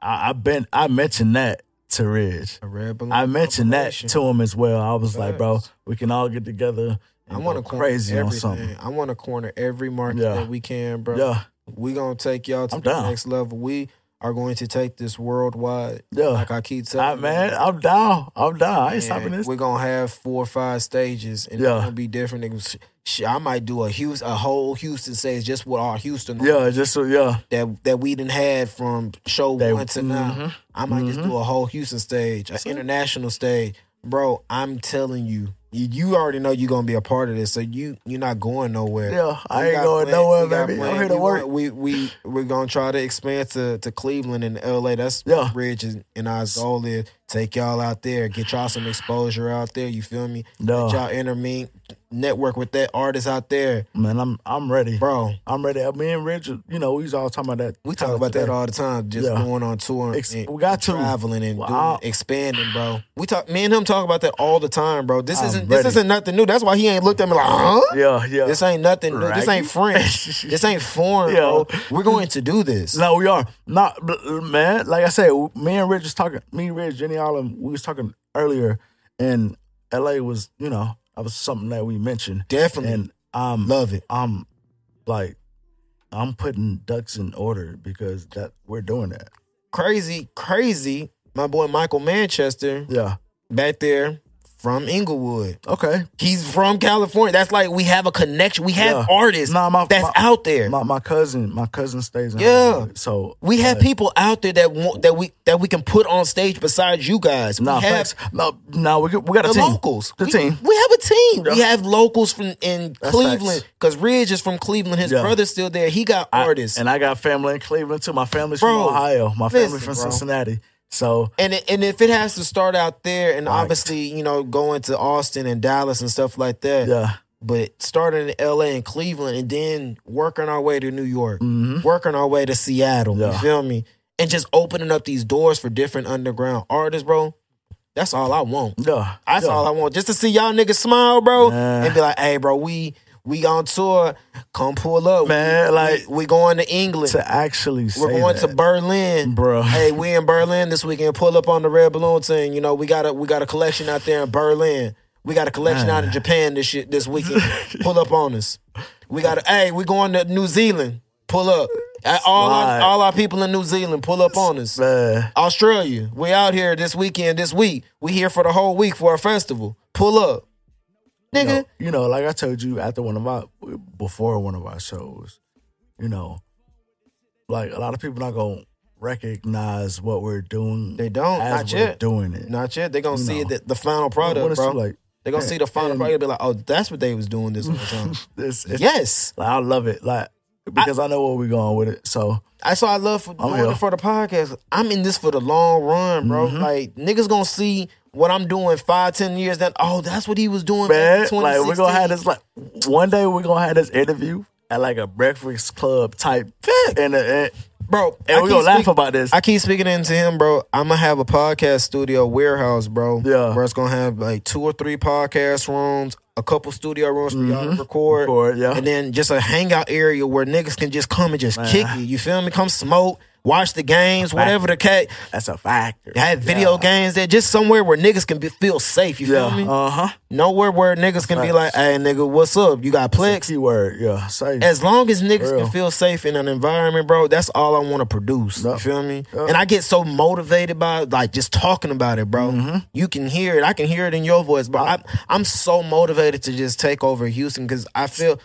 I, I've been I mentioned that to Ridge.
A red balloon.
I mentioned that
compilation.
to him as well. I was like, bro,
Mm, Facts.
we can all get together.
I
And
want to
go
corner
crazy on
everything.
something.
I want to corner every market
Yeah.
that we can, bro.
Yeah,
We gonna take y'all to
I'm
the
down.
next level. We are going to take this worldwide.
yeah.
Like I keep telling
I,
you,
man, I'm down. I'm down. I ain't
man,
stopping this.
We're gonna have four or five stages, and
Yeah.
it's gonna be different. It was- sh- I might do a Houston, a whole Houston stage, just with our Houston
Yeah, just so yeah.
that that we didn't had from show
They-
one to now.
mhm.
I might just
Mhm.
do a whole Houston stage, an
That's it.
international stage, bro. I'm telling you, you, you already know you're gonna be a part of this, so you you're not going nowhere.
Yeah, I
We
ain't
got
going
plan-
nowhere,
we got
baby. I'm
plan.
here to
we
work.
want- we we we're gonna try to expand to, to Cleveland and L.A. That's
Yeah.
Ridge and, and our goal is take y'all out there, get y'all some exposure out there. You feel me?
No,
Let y'all intermingling, network with that artist out there,
man, I'm I'm ready.
bro.
I'm ready. Me and Richard, you know, we was all talking about that.
We talk about that all the time. Just
Yeah.
going on tour,
Ex-
and
we got to.
traveling and
Well,
doing-
I'll-
expanding, bro. We talk. Me and him talk about that all the time, bro. This
I'm
isn't
ready.
this isn't nothing new. That's why he ain't looked at me like, huh?
Yeah, yeah.
This ain't nothing new. This
Right.
ain't French. this ain't foreign,
Yeah.
bro. We're going to do this.
No, we are not, bl- man. Like I said, me and Rich was talking. Me, Rich, Jenny Allen, we was talking earlier, and L.A. was, you know, that was something that we mentioned,
Definitely
and um,
love it.
I'm like, I'm putting ducks in order because that we're doing that.
Crazy, crazy. My boy Michael Manchester
Yeah.
back there from Inglewood.
Okay.
He's from California. That's like we have a connection. We
Yeah.
have artists
Nah, my
that's
my,
out there.
my my cousin, my cousin stays in.
Yeah.
Hollywood, so
we have
like,
people out there that want that we that we can put on stage besides you guys.
Nah,
we have
facts. No, no, we, got- we got a
the
team.
locals.
The
we,
team.
We have a team. We
Yeah.
have locals from in
That's
Cleveland
facts.
because Ridge is from Cleveland. His
Yeah.
brother's still there. He got
I-
artists. And,
and I got family in Cleveland too. My family's
Bro,
from Ohio. My
listen,
family from
bro.
Cincinnati. So
it- and if it has to start out there, and
Right.
obviously you know going to Austin and Dallas and stuff like that,
yeah,
but starting in L.A. and Cleveland, and then working our way to New York,
hmm
working our way to Seattle. You
Yeah.
feel me? And just opening up these doors for different underground artists, bro. That's all I want.
yeah,
That's
yeah.
all I want. Just to see y'all niggas smile, bro,
Man.
and be like, "Hey, bro, we we on tour. Come pull up,
Man,
We-
like-
we, we going to England.
to actually
We're
say
going
that,
to Berlin,
bro.
Hey, we in Berlin this weekend. Pull up on the Red Balloon thing. You know, we got a we got a collection out there in Berlin. We got a collection out in
Man.
Japan this shit this weekend. Pull up on us. We got a hey, we going to New Zealand. Pull up. Uh, All our,
Slide.
all our people in New Zealand, pull up on us.
Man,
Australia. We out here this weekend, this week. We here for the whole week for a festival. Pull up.
you
Nigga.
know, you know, like I told you after one of our before one of our shows, you know, like a lot of people not gonna recognize what we're doing
They don't.
as
Not
we're
yet.
doing it.
Not yet. They gonna
You
see
know.
the, the final
What
product,
it's
bro.
like
they gonna see the final
and-
product and be like, oh, that's what they was doing this whole time.
it's, it's,
yes.
like, I love it, like because I, know where we're going with it. So
That's what I love for
I'm
doing
here.
it for the podcast. I'm in this for the long run, bro.
Mm-hmm.
Like niggas gonna see what I'm doing five, ten years down. Oh, that's what he was doing.
man.
back in
Like we're gonna
2016.
have this like one day we're gonna have this interview at like a breakfast club type
Fact.
and, uh, and
bro. I
and we're
keep
gonna laugh
speak-
about this.
I keep speaking into him, bro. I'm gonna have a podcast studio warehouse, bro.
Yeah.
where it's gonna have like two or three podcast rooms, a couple studio rooms for y'all to record,
Mm-hmm. Record, yeah.
and then just a hangout area where niggas can just come and just kick it. You feel me? Come smoke, watch the games, whatever the cat.
That's a factor.
Have video games there, just somewhere where niggas can be, feel safe. You feel me?
Uh huh.
Nowhere where niggas can be
Facts.
like, "Hey, nigga, what's up? You got Plex?"
Keyword. Yeah. Say.
as long as niggas
Real.
can feel safe in an environment, bro, that's all I want to produce. You
Yup.
feel me?
Yup.
And I get so motivated by it, like just talking about it, bro.
Mm-hmm.
You can hear it. I can hear it in your voice, bro. I, I'm so motivated to just take over Houston because I feel.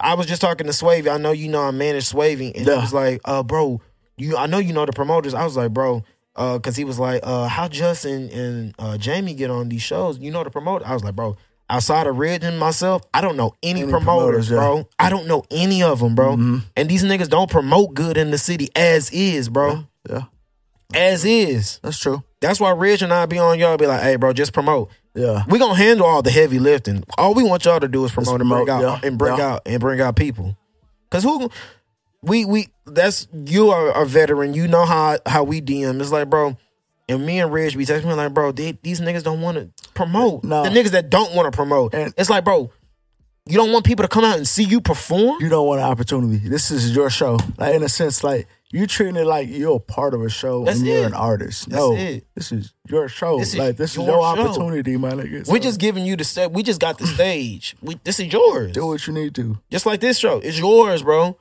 I was just talking to Swavy. I know you know I manage Swavy, and he
Yeah.
was like, "Uh, bro, you. I know you know the promoters." I was like, "Bro." Uh, cause he was like, uh, how Justin and uh, Jamie get on these shows? You know the promoter. I was like, bro, outside of Ridge and myself, I don't know any,
Any
promoters,
promoters, yeah. Mm-hmm.
bro. I don't know any of them, bro. And these niggas don't promote good in the city as is, bro.
yeah.
As is.
That's true.
That's why Ridge and I be on y'all be like, hey, bro, just promote.
Yeah.
We gonna handle all the heavy lifting. All we want y'all to do is promote,
promote,
and bring out
yeah,
and bring
yeah.
out and bring out people. Cause who we we that's you are a veteran. You know how how we DM. It's like, bro, And me and Reg be texting me like, bro, they, these niggas don't want to promote.
No.
The niggas that don't want to promote.
And-
it's like, bro, you don't want people to come out and see you perform.
You don't want an opportunity. This is your show. Like in a sense, like you treating it like you're a part of a show
That's
and you're
it.
an artist.
That's
no,
it.
this is your show.
This is
like this is
your
your
show.
opportunity, my nigga.
We're
So
just giving you the step. We just got the stage. We, this is yours.
do what you need to.
Just like this show, it's yours, bro.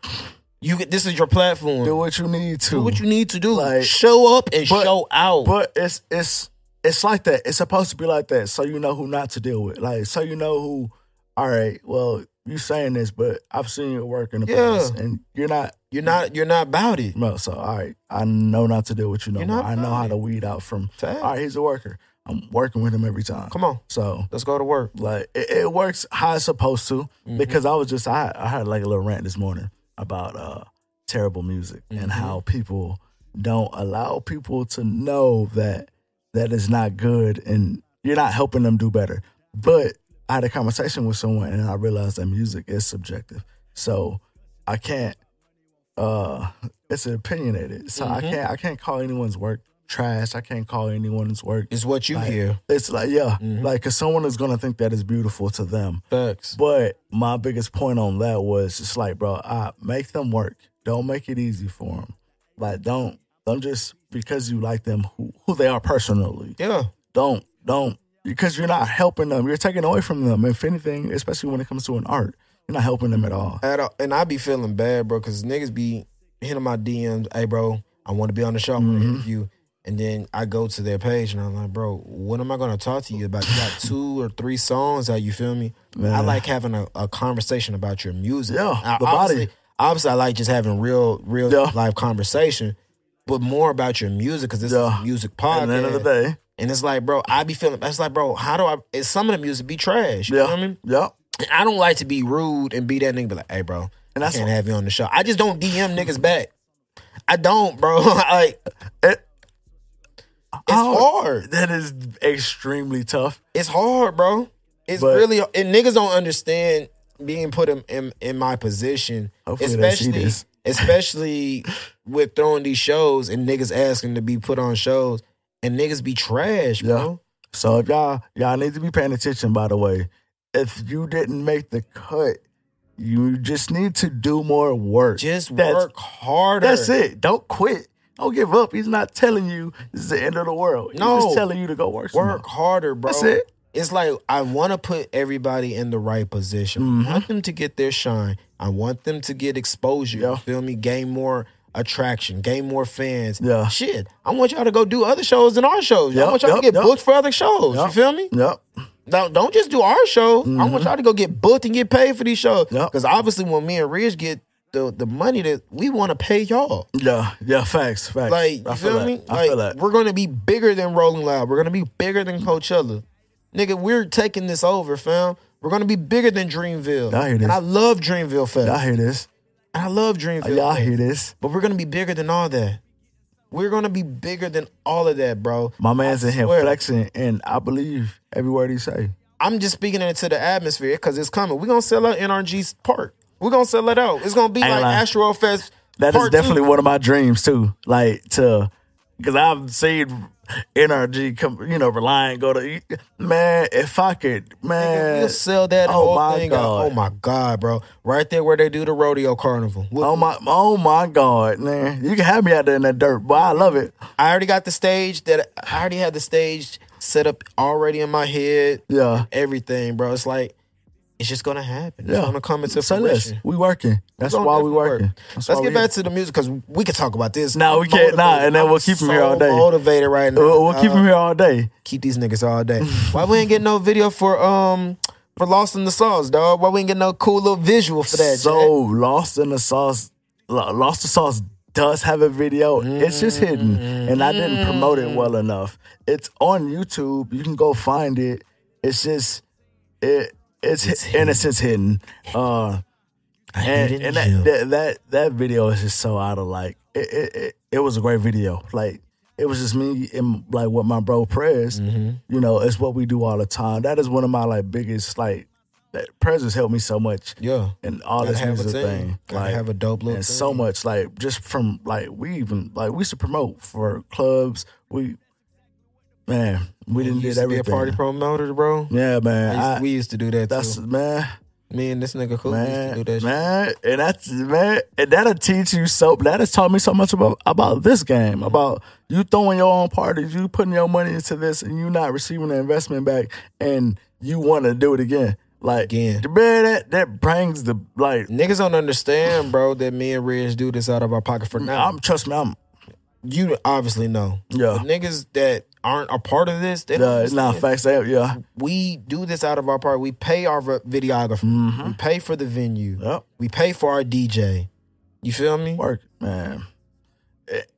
You get this is your platform.
Do
Do,
what you need to.
what you need to do.
Hmm. Like-
show up and
But-
show out.
But it's it's it's like that. It's supposed to be like that, so you know who not to deal with. Like so you know who. All right, well you saying this, but I've seen your work in the
Yeah.
past, and you're not
you're not. You're not about it.
no. So all right, I know not to deal with you no
You're
more.
not
I know
about
how
it.
to weed out from.
Fact.
All right, he's a worker. I'm working with him every time.
Come on,
So
let's go to work.
like it, it works how it's supposed to because I was just I I had like a little rant this morning about uh terrible music and how people don't allow people to know that that is not good and you're not helping them do better. But I had a conversation with someone and I realized that music is subjective. So I can't uh it's opinionated. So I can't I can't call anyone's work trash. I can't call anyone's work
Is what you
like,
hear.
It's like, yeah, like, cause someone is gonna think that is beautiful to them.
Facts.
But my biggest point on that was just like, bro, I make them work. Don't make it easy for them. Like, don't, don't just because you like them who, who they are personally.
Yeah.
Don't, don't, because you're not helping them. You're taking away from them. If anything, especially when it comes to an art, you're not helping them at all.
At all. And I be feeling bad, bro, because niggas be hitting my DMs. Hey, bro, I want to be on the show. I
Mm-hmm.
want to interview you. And then I go to their page and I'm like, bro, what am I going to talk to you about? You got two or three songs out, you feel me? I
Man.
like having a, a conversation about your music.
Yeah,
I,
the body.
obviously, obviously, I like just having real, real
Yeah.
live conversation, but more about your music because this is
Yeah.
a music podcast.
At the end of the day,
And it's like, bro, I be feeling, it's like, bro, how do I, and some of the music be trash. You know
yeah,
what I mean?
yeah.
And I don't like to be rude and be that nigga, be like, hey, bro,
And
I
that's
can't have you on the show. I just don't DM niggas back. I don't, bro. like,
it,
it's
Oh.
hard.
That is extremely tough.
It's hard, bro. It's
But-
really, and niggas don't understand being put in in, in my position,
Hopefully they see
especially
this.
especially with throwing these shows and niggas asking to be put on shows and niggas be trash, bro.
So if y'all y'all need to be paying attention. By the way, if you didn't make the cut, you just need to do more work.
Just
That's-
work harder.
That's it. Don't quit. Don't give up. He's not telling you this is the end of the world.
No.
He's just telling you to go work. some
Work
more.
harder, bro.
That's it.
It's like I want to put everybody in the right position.
Mm-hmm.
I want them to get their shine. I want them to get exposure.
Yeah.
You feel me? Gain more attraction. Gain more fans.
Yeah.
Shit. I want y'all to go do other shows than our shows. I
Yep,
want y'all
yep,
to get
yep.
booked for other shows. You
Yep.
feel me?
Yep.
Don't don't just do our show. I
Mm-hmm.
want y'all to go get booked and get paid for these shows.
Yep.
Because obviously, when me and Ridge get the the money that we want to pay y'all.
Yeah. Yeah. Facts. Facts.
Like, you
I
feel,
that.
me?
I
like,
feel that.
we're going to be bigger than Rolling Loud. We're going to be bigger than Coachella. Nigga, we're taking this over, fam. We're going to be bigger than Dreamville.
Y'all hear this?
And I love Dreamville, fam.
Y'all hear this?
And I love Dreamville.
Y'all
fam.
hear this?
But we're going to be bigger than all that. We're going to be bigger than all of that, bro.
My man's in here
swear.
flexing, and I believe every word he say.
I'm just speaking it into the atmosphere because it's coming. We're going to sell out NRG's park. We're going to sell it out. It's going to be
ain't
like
lying.
Astro Fest.
That is
part two.
definitely one of my dreams too. Like to, because I've seen NRG come, you know, relying go to man. If I could,
Nigga,
man,
We'll sell that
Oh
whole
my
thing out.
God.
Oh my god, bro! Right there where they do the rodeo carnival. We'll-
oh my, oh my God, man, you can have me out there in that dirt, boy. I love it.
I already got the stage that I already had the stage set up already in my head.
Yeah,
Everything, bro. It's like it's just gonna happen. It's
Yeah.
gonna come into
so listen,
fruition.
we working. That's
It's gonna
why we
definitely work.
working.
Let's get back to the music because we could talk about this.
Nah,
I'm
we can't- nah, and then we'll keep
I'm
'em here all
so
day.
Motivated right now.
We'll, we'll keep
dog.
him here all day.
keep these niggas all day. Why we ain't get no video for um for Lost in the Sauce, dog? Why we ain't get no cool little visual for that? Jack?
so lost in the sauce. Lo- Lost the sauce does have a video. It's just hidden, and I didn't promote it
Mm.
well enough. It's on YouTube. You can go find it. It's just it. It's, hi- in a sense hidden. Uh,
I
and
didn't
and
you.
that, that that that video is just so out of like it. It, it, it was a great video. Like. It was just me and like what my bro Prez,
Mm-hmm.
you know, it's what we do all the time. That is one of my like biggest like that Prez has helped me so much
yeah.
and all
Gotta
this
have a
music
team.
thing.
Gotta have a dope little
and so
team.
much like just from like we even like we used to promote for clubs. We man, we didn't
used
did
to be
everything.
a party promoter, bro.
yeah,
I
man.
used-
I,
we used to do that
that's
too.
man,
Me and this nigga Cool used to
man,
do that. shit.
man, and that's man, and that'll teach you so. That has taught me so much about about this game, about you throwing your own parties, you putting your money into this, and you not receiving the investment back, and you want to do it again. Like
Again.
man, that that brings the like.
Niggas don't understand, bro, that me and Ridge do this out of our pocket for now.
I'm trust me, I'm
you obviously know.
yeah,
But niggas that aren't a part of this, they don't
yeah. It's not
understand.
facts. Yeah,
We do this out of our part. We pay our vi- videographer.
Mm-hmm.
We pay for the venue.
yep.
We pay for our DJ. You feel me?
work, man. It-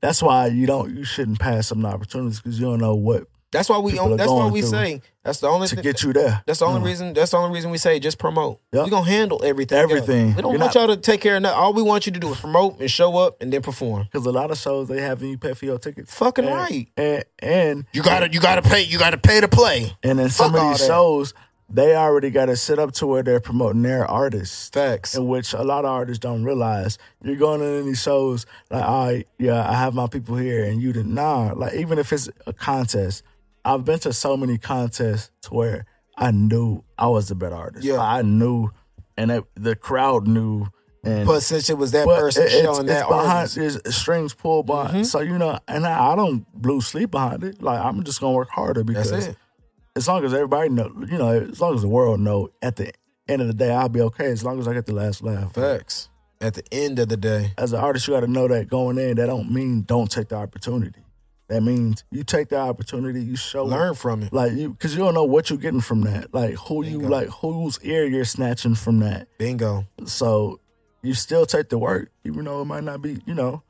that's why you don't, you shouldn't pass up an opportunities because you don't know what
That's why we.
People
Own,
are
that's why
going
we
through
say. That's the only.
to
thing-
get you there.
that's the only
Mm.
reason. That's the only reason we say just promote.
Yep.
We gonna handle everything. else.
Everything.
We don't
You're
want
not-
y'all to take care of nothing. All we want you to do is promote and show up and then perform.
Because a lot of shows they have you pay for your tickets.
Fucking
And-
right.
And and
You gotta. You gotta pay. You gotta pay to play.
and in some
Fuck
of
all
these
that.
shows, they already got it set up to where they're promoting their artists.
Facts.
in which a lot of artists don't realize. You're going to any shows like, all right, yeah, I have my people here, and you did nah. Like even if it's a contest, I've been to so many contests to where I knew I was the better artist.
Yeah.
I knew, and it, the crowd knew. And
But since it was that
but
person
it- it's,
showing
it's
that Mm-hmm.
behind
artist,
there's strings pulled behind. So you know, and I, I don't lose sleep behind it. Like I'm just gonna work harder
that's
because
it.
as long as everybody know, you know, as long as the world know, at the end of the day, I'll be okay. As long as I get the last laugh
Facts. At the end of the day,
as an artist, you got to know that going in, that don't mean don't take the opportunity. That means you take the opportunity, you show
learn from it.
like you, because you don't know what you're getting from that, like who you
Bingo.
like, whose ear you're snatching from that.
Bingo.
So you still take the work, even though it might not be, you know,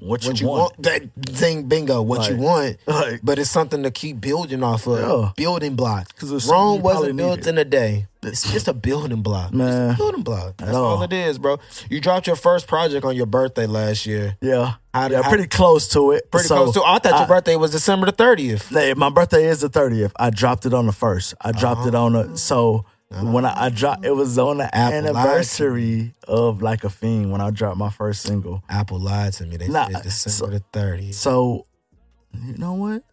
what you,
What you
want.
want? That thing. Bingo. What you
Like-
want?
Like,
But it's something to keep building off of.
Yeah.
Building blocks.
'Cause it's something
Rome
you
wasn't
probably
built
needed.
in a day. It's just a building block. Just
Man.
a building block. That's all.
all.
it is, bro. You dropped your first project on your birthday last year.
yeah,
How-
yeah,
how-
pretty close to it.
Pretty
So,
close to. I thought your
I-
birthday was December the thirtieth.
Hey, my birthday is the thirtieth. I dropped it on the first. I dropped it on the so when I, I dropped it was on the
Oh. Apple
anniversary of like a fiend when I dropped my first single.
Apple lied to me. They
Nah,
said
so-
December the thirtieth.
So you know what?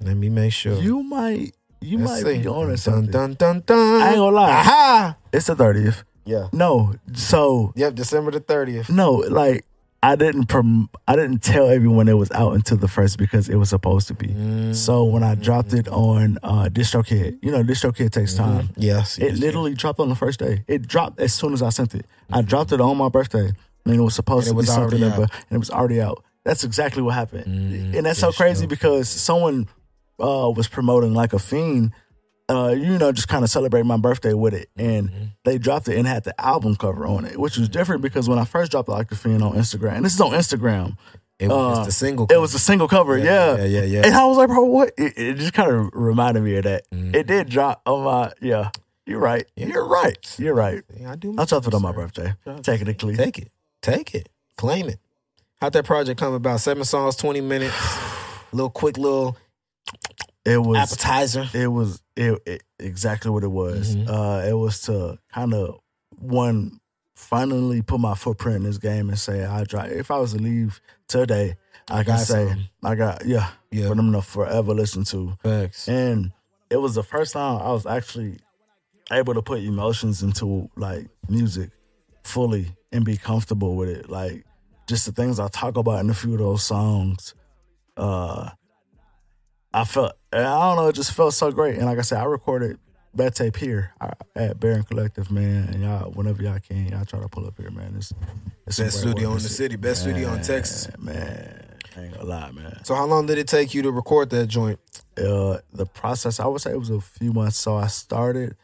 Let me make sure.
You might you
Let's
might
see.
be on
Dun,
it something.
Dun dun dun.
I ain't gonna lie.
Aha!
It's the thirtieth.
Yeah.
No, so
Yep. December the thirtieth.
no, like I didn't prom- I didn't tell everyone it was out until the first because it was supposed to be. So when I dropped it
Mm.
on uh, DistroKid, you know DistroKid takes
Mm-hmm.
time.
Yes.
It
yes,
literally dropped on the first day. It dropped as soon as I sent it. I dropped it on my birthday, and it was supposed
Mm-hmm. And it
to
was
be something,
already Mm-hmm.
that- and it was already out. That's exactly what happened, and that's so
that's
crazy
dope.
because someone uh, was promoting like a fiend. Uh, you know, just kind of celebrating my birthday with it, and
Mm-hmm.
they dropped it and had the album cover on it, which was different because when I first dropped like a fiend on Instagram, and this is on Instagram,
It was
uh,
the single.
it was a single cover, yeah,
Yeah. Yeah. Yeah.
and I was like, bro, what? It, it just kind of reminded me of that.
Mm-hmm.
It did drop on my, yeah. You're right. You're right. You're right.
Yeah, I do.
I dropped it on my birthday, technically.
Take it. Take it. Claim it. How'd that project come about? Seven songs, 20 minutes. little quick little
It was,
appetizer.
it was, it, it exactly what it was.
Mhm.
Uh, it was to kind of one finally put my footprint in this game and say I try. If I was to leave today, I can
got
say
something.
I got yeah,
Yeah.
for them to forever listen to.
Facts.
And it was the first time I was actually able to put emotions into like music fully and be comfortable with it. Like just the things I talk about in a few of those songs. Uh I felt I don't know, it just felt so great. And like I said, I recorded that tape here I- at Baron Collective, man. And y'all whenever y'all can, y'all try to pull up here, man. It's, it's some
Best
great
studio
work.
in the city. Best studio in Texas.
Man, I ain't gonna lie, man
So how long did it take you to record that joint?
uh, the process. I would say it was a few months. So I started,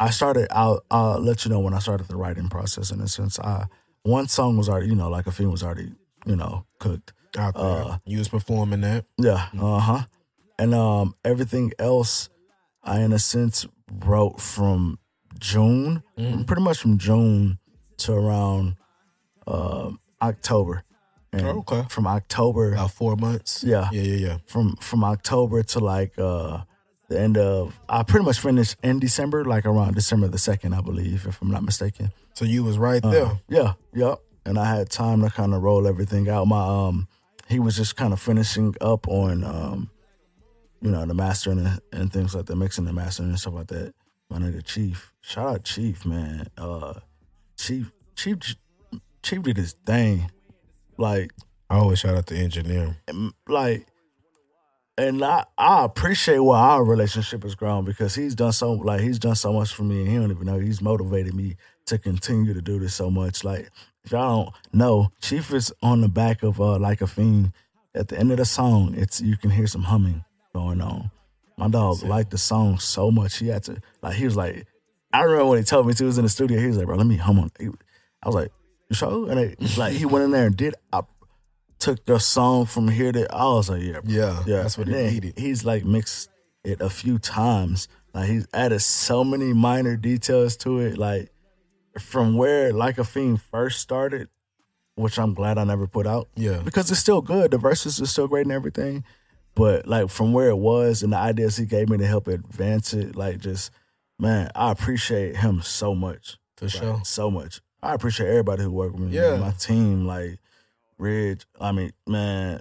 I started. I'll, I'll let you know when I started the writing process. In a sense, I one song was already, you know, like a film was already, you know, cooked.
Out there.
Uh,
you was performing that.
Yeah. Uh huh. And um, everything else, I in a sense wrote from June, pretty much from June to around um October. And
Okay.
From October
About four months.
Yeah.
Yeah, yeah, yeah.
from from October to like uh the end of I pretty much finished in December, like around December the second, I believe, if I'm not mistaken.
So you was right
Uh,
there.
Yeah, yeah. And I had time to kind of roll everything out. My um he was just kind of finishing up on um you know, the mastering and, and things like that, mixing the mastering and stuff like that. My nigga Chief, shout out Chief, man. Uh, Chief, Chief, Chief did his thing, like,
I always shout out the engineer.
m- like, and I, I appreciate where our relationship has grown because he's done so like he's done so much for me, and he don't even know he's motivated me to continue to do this so much. Like, if y'all don't know, Chief is on the back of uh, like a fiend. At the end of the song, it's you can hear some humming going on. My dog liked the song so much he had to like he was like I remember when he told me to he was in the studio, he was like, bro, let me hum on it." I was like, you sure? And they, like he went in there and did I took the song from here to I was like, yeah, bro.
Yeah, that's what
And
he
then
needed.
He's like mixed it a few times. Like he's added so many minor details to it. Like from where Like a Fiend first started, which I'm glad I never put out.
Yeah.
Because it's still good. The verses are still great and everything. But like from where it was and the ideas he gave me to help advance it, like just man, I appreciate him so much.
For sure.
So much. I appreciate everybody who worked with me.
Yeah.
man. My team, like Rich. I mean, man,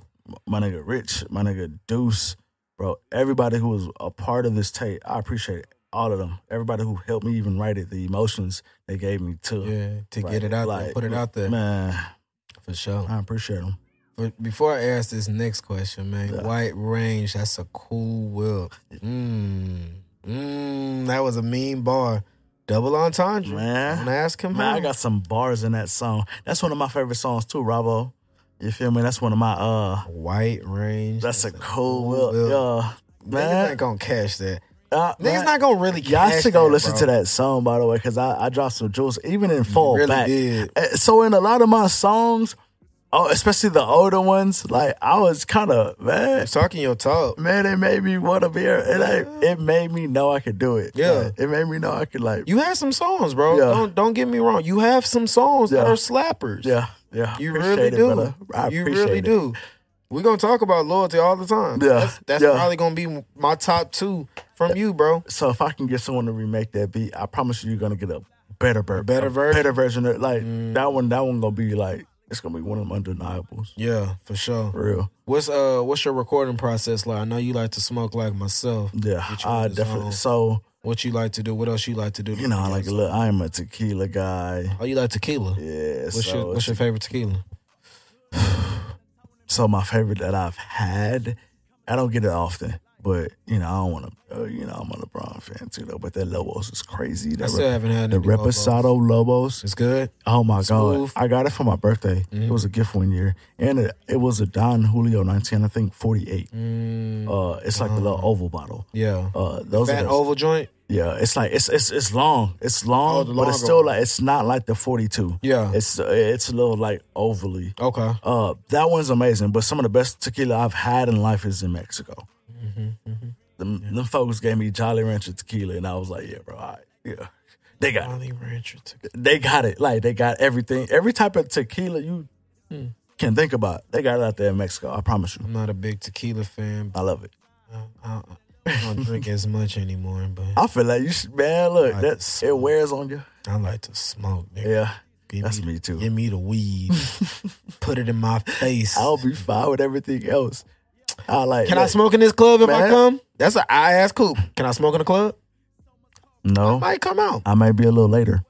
my nigga Rich, my nigga Deuce, bro. Everybody who was a part of this tape, I appreciate all of them. Everybody who helped me even write it, the emotions they gave me too.
Yeah, to
Like-
get it out there,
like,
put it out there
Man,
for sure.
I appreciate them.
But before I ask this next question, man,
Yeah.
White Range, that's a cool will. Mmm, mmm, that was a mean bar. Double entendre.
Man.
Don't ask him.
Man,
how.
I got some bars in that song. That's one of my favorite songs too, Robbo. You feel me? That's one of my uh.
White Range.
That's a cool will, yeah.
Niggas ain't
Man,
gonna catch that.
uh,
Niggas
man.
not gonna really catch
Y'all should go
that,
listen
bro.
to that song, by the way, because I, I dropped some jewels, even in fall
really
back.
did.
Uh, So in a lot of my songs, oh, especially the older ones, like I was kind of man,
Talking your talk.
man, it made me want to be. a- It like, it made me know I could do it.
Yeah.
Like, it made me know I could like.
You have some songs, bro.
Yeah.
Don't don't get me wrong. You have some songs that
Yeah.
are slappers.
yeah, yeah.
You
Appreciate
really
it,
do.
brother. I
you
appreciate
really
it.
do. We're gonna talk about loyalty all the time.
Yeah.
That's, that's
Yeah.
probably gonna be my top two from you, bro.
So if I can get someone to remake that beat, I promise you, you're gonna get a better version.
better version? Mm.
Better version. Of, like that one. That one gonna be like it's gonna be one of my undeniables.
Yeah, for sure.
For real.
What's uh what's your recording process like? I know you like to smoke like myself.
Yeah.
Get you
I
in the
definitely.
zone.
So
What you like to do? What else you like to do?
you know, I like look, I am a tequila guy.
Oh, you like tequila?
Yeah.
What's
so
your what's your favorite tequila?
so my favorite that I've had. I don't get it often, but you know, I don't want to. Uh, you know, I'm a LeBron fan too, though. But that Lobos is crazy.
I
That
still haven't had
the
any Lobos.
Reposado Lobos
It's good.
Oh my
Smooth. Mm.
god! I got it for my birthday. It was a gift one year, and it, it was a Don Julio 19, I think 48. Uh, it's like the little oval bottle.
Yeah.
Uh, those
Mm. Fat
are the-
oval joint.
yeah. It's like it's it's it's long. It's
Oh,
long,
the
but
longer
it's still
one.
like it's not like the 42.
Yeah.
It's it's a little like ovally.
Okay.
Uh, that one's amazing. But some of the best tequila I've had in life is in Mexico.
Mm-hmm,
Them, them folks gave me Jolly Rancher tequila, and I was like, yeah, bro, all right, yeah, they got it
Molly Rancher tequila.
they got it. Like they got everything, every type of tequila you
Hmm.
can think about. They got it out there in Mexico. I promise you.
I'm not a big tequila fan. But
I love it.
I, I, I don't drink as much anymore, but
I feel like you should, man. Look,
I
that
just-
it wears on you.
I like to smoke. Nigga.
Yeah,
Give
that's
me,
me too.
Give me the weed. Put it in my face.
I'll be fine with everything else. I like.
Can I
look,
smoke in this club if I
Man.
come? That's an I ass coupe. Can I smoke in the club? I
No,
might come out.
I might be a little later.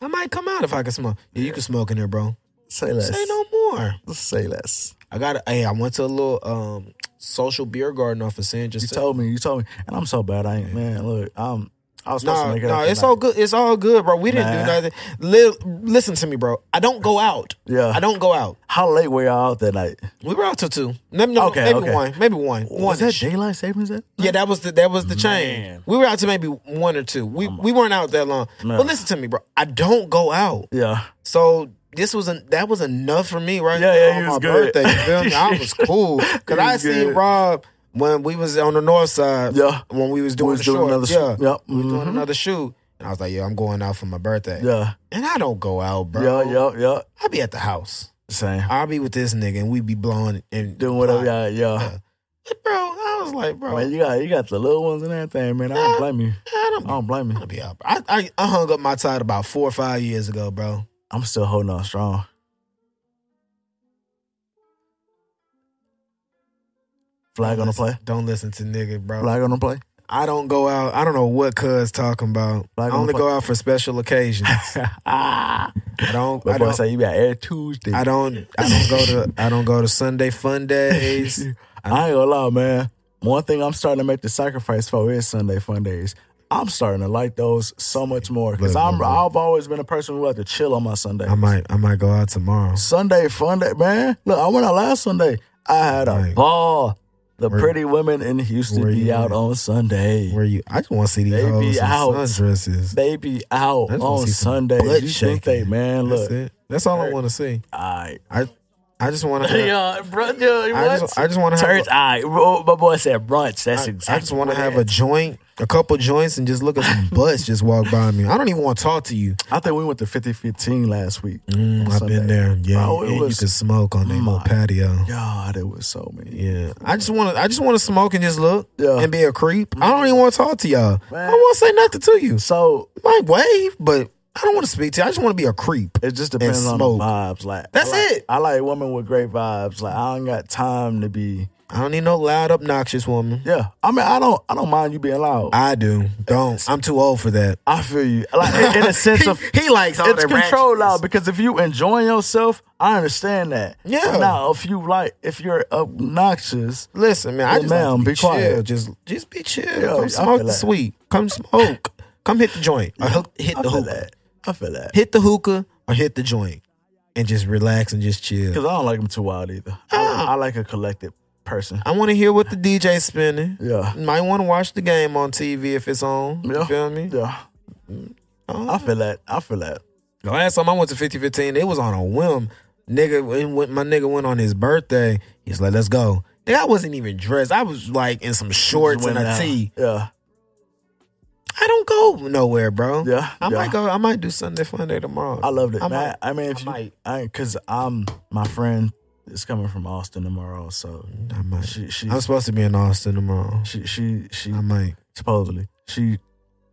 I might come out if I can smoke. Yeah, you can smoke in there, bro.
Say less.
Say no more.
Say less.
I got. to Hey, I went to a little um social beer garden off of San
You
Jacinto.
told me. You told me, and I'm so bad. I ain't man. Look, I'm. I was supposed
No,
to make it.
no,
out
it's
tonight.
all good. It's all good, bro. We didn't do
Nah.
nothing. Li- listen to me, bro. I don't go out.
Yeah.
I don't go out.
How late were y'all out that night?
We were out till two. No, no,
Okay,
maybe
okay.
one. Maybe one.
Was that
One-ish.
daylight savings? That
Yeah, that was the that was the change.
Man.
We were out to maybe one or two. We we weren't out that long.
No.
But listen to me, bro. I don't go out.
yeah.
So this was a, that was enough for me, right?
Yeah,
there
yeah,
on
he
my
was good.
birthday. You feel me? I was cool because
He
I
was
seen
good.
Rob when we was on the north side.
Yeah.
when we was
We
doing,
was
the
doing
short,
another shoot.
yeah,
Yep.
doing
mhm.
another shoot. And I was like, yeah, I'm going out for my birthday.
Yeah.
And I don't go out, bro.
Yeah, yeah, yeah.
I be at the house.
Same.
I'll be with this nigga and we be blowing and
Doing whatever, yeah, yeah.
Bro, I was like, bro,
Man, you got you got the little ones and everything, man. I don't blame you.
I don't
I don't blame you.
gonna be out. bro. I, I I hung up my tide about four or five years ago, bro.
I'm still holding on strong. Flag on the play.
Don't listen to nigga, bro.
Flag on the play.
I don't go out. I don't know what cuz talking about.
Flag on
I
the
only
play.
go out for special occasions.
ah.
I don't.
My
I
boy
don't.
say you got every Tuesday.
I don't. I don't go to. I don't go to Sunday fun days.
I ain't gonna lie, man. One thing I'm starting to make the sacrifice for is Sunday fun days. I'm starting to like those so much more because
Look,
I'm
look, look.
I've always been a person who had to chill on my Sunday.
I might. I might go out tomorrow.
Sunday fun day, man. Look, I went out last Sunday. I had a
Right.
ball. The
Where-
pretty women in Houston
where
be
you
out
at?
on Sunday.
Where you? I just want to see these
They be
hoes in
out.
sundresses.
they be out
I just wanna
on
see some
Sunday.
butt
You think they,
shaking.
man?
That's
Look,
it. That's all I want to see.
I
I. I just want to.
yeah, brunch. Yeah,
I
what?
just, I just want to have.
Church.
A,
I my boy said brunch. That's
I,
exactly.
I just want to
what it
have a
is.
joint, a couple joints, and just look at some butts just walk by me. I don't even want to talk to you.
I think we went to 50 15 last week.
Mm, I've
Sunday.
been there. Yeah,
Bro, it
you,
was-
you can smoke on that little
My-
patio.
God, it was so many.
Yeah, I just want to. I just want to smoke and just look
Yeah. Mm.
and be a creep. I don't even want to talk to y'all. I
Man.
don't want to say nothing to you.
So
Might wave, but I don't want to speak to you. I just want to be a creep.
it just depends on the
smoke.
vibes. Like
That's
I like,
it.
I like women with great vibes. Like I don't got time to be.
I don't need no loud, obnoxious woman.
Yeah, I mean I don't I don't mind you being loud. I,
I do. Don't. I'm too old for that.
feel you. Like in, in a sense of
he likes all
it's
that ratchet-
control loud because if you enjoying yourself, I understand that.
Yeah.
Now if you like if you're obnoxious,
Listen, man. I
Well,
just
ma'am,
like to be,
be quiet.
chill. Just, just be chill.
I
Come smoke
feel
the
that.
sweet. Come smoke. Come hit the joint. Or hook, hit
I
the
feel
hookah.
that. I feel that.
Hit the hookah or hit the joint, and just relax and just chill.
Because I don't like them too wild either. I, I like a collected person.
I want to hear what the DJ's spinning.
Yeah.
Might want to watch the game on TV if it's on. You
Yeah.
feel me?
Yeah. I
Oh.
feel that. I feel that.
The last time I went to 5015, it was on a whim. Nigga, when- when my nigga went on his birthday, he's like, let's go. Nigga, I wasn't even dressed. I was like in some shorts and
Women
a
out.
tee.
Yeah.
I don't go nowhere, bro.
Yeah.
I
yeah.
might go. I might do Sunday fun day tomorrow.
I loved it.
I
man.
might-
I mean, if
I
you,
might.
I because I'm my friend is coming from Austin tomorrow, so
I might.
she she
I'm supposed to be in Austin tomorrow.
she she, she
I might.
supposedly she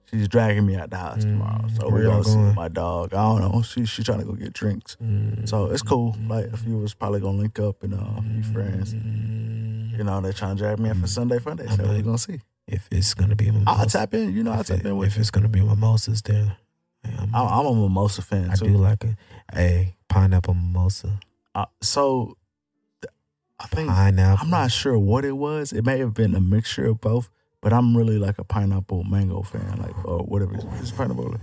she's dragging me out the house tomorrow, so
Mm, Where
we're
y'all
gonna see
going?
my dog. I don't know. She she trying to go get drinks, so
Mm,
it's cool. Like a few of us probably gonna link up and uh, a few
mm.
friends. You know, they're trying to drag me out for Sunday fun day, so we're gonna see.
If it's gonna be
I'll
mimosas,
tap in. You know, I'll
if,
tap
it,
in with
if
you.
it's gonna be mimosas, then I'm,
I'm, I'm a mimosa fan
I
too.
do like a, a pineapple mimosa.
Uh, so th- I think
Pineapple.
Mm. I'm not sure what it was. It may have been a mixture of both, but I'm really like a pineapple mango fan, like or whatever. It's, it's pineapple.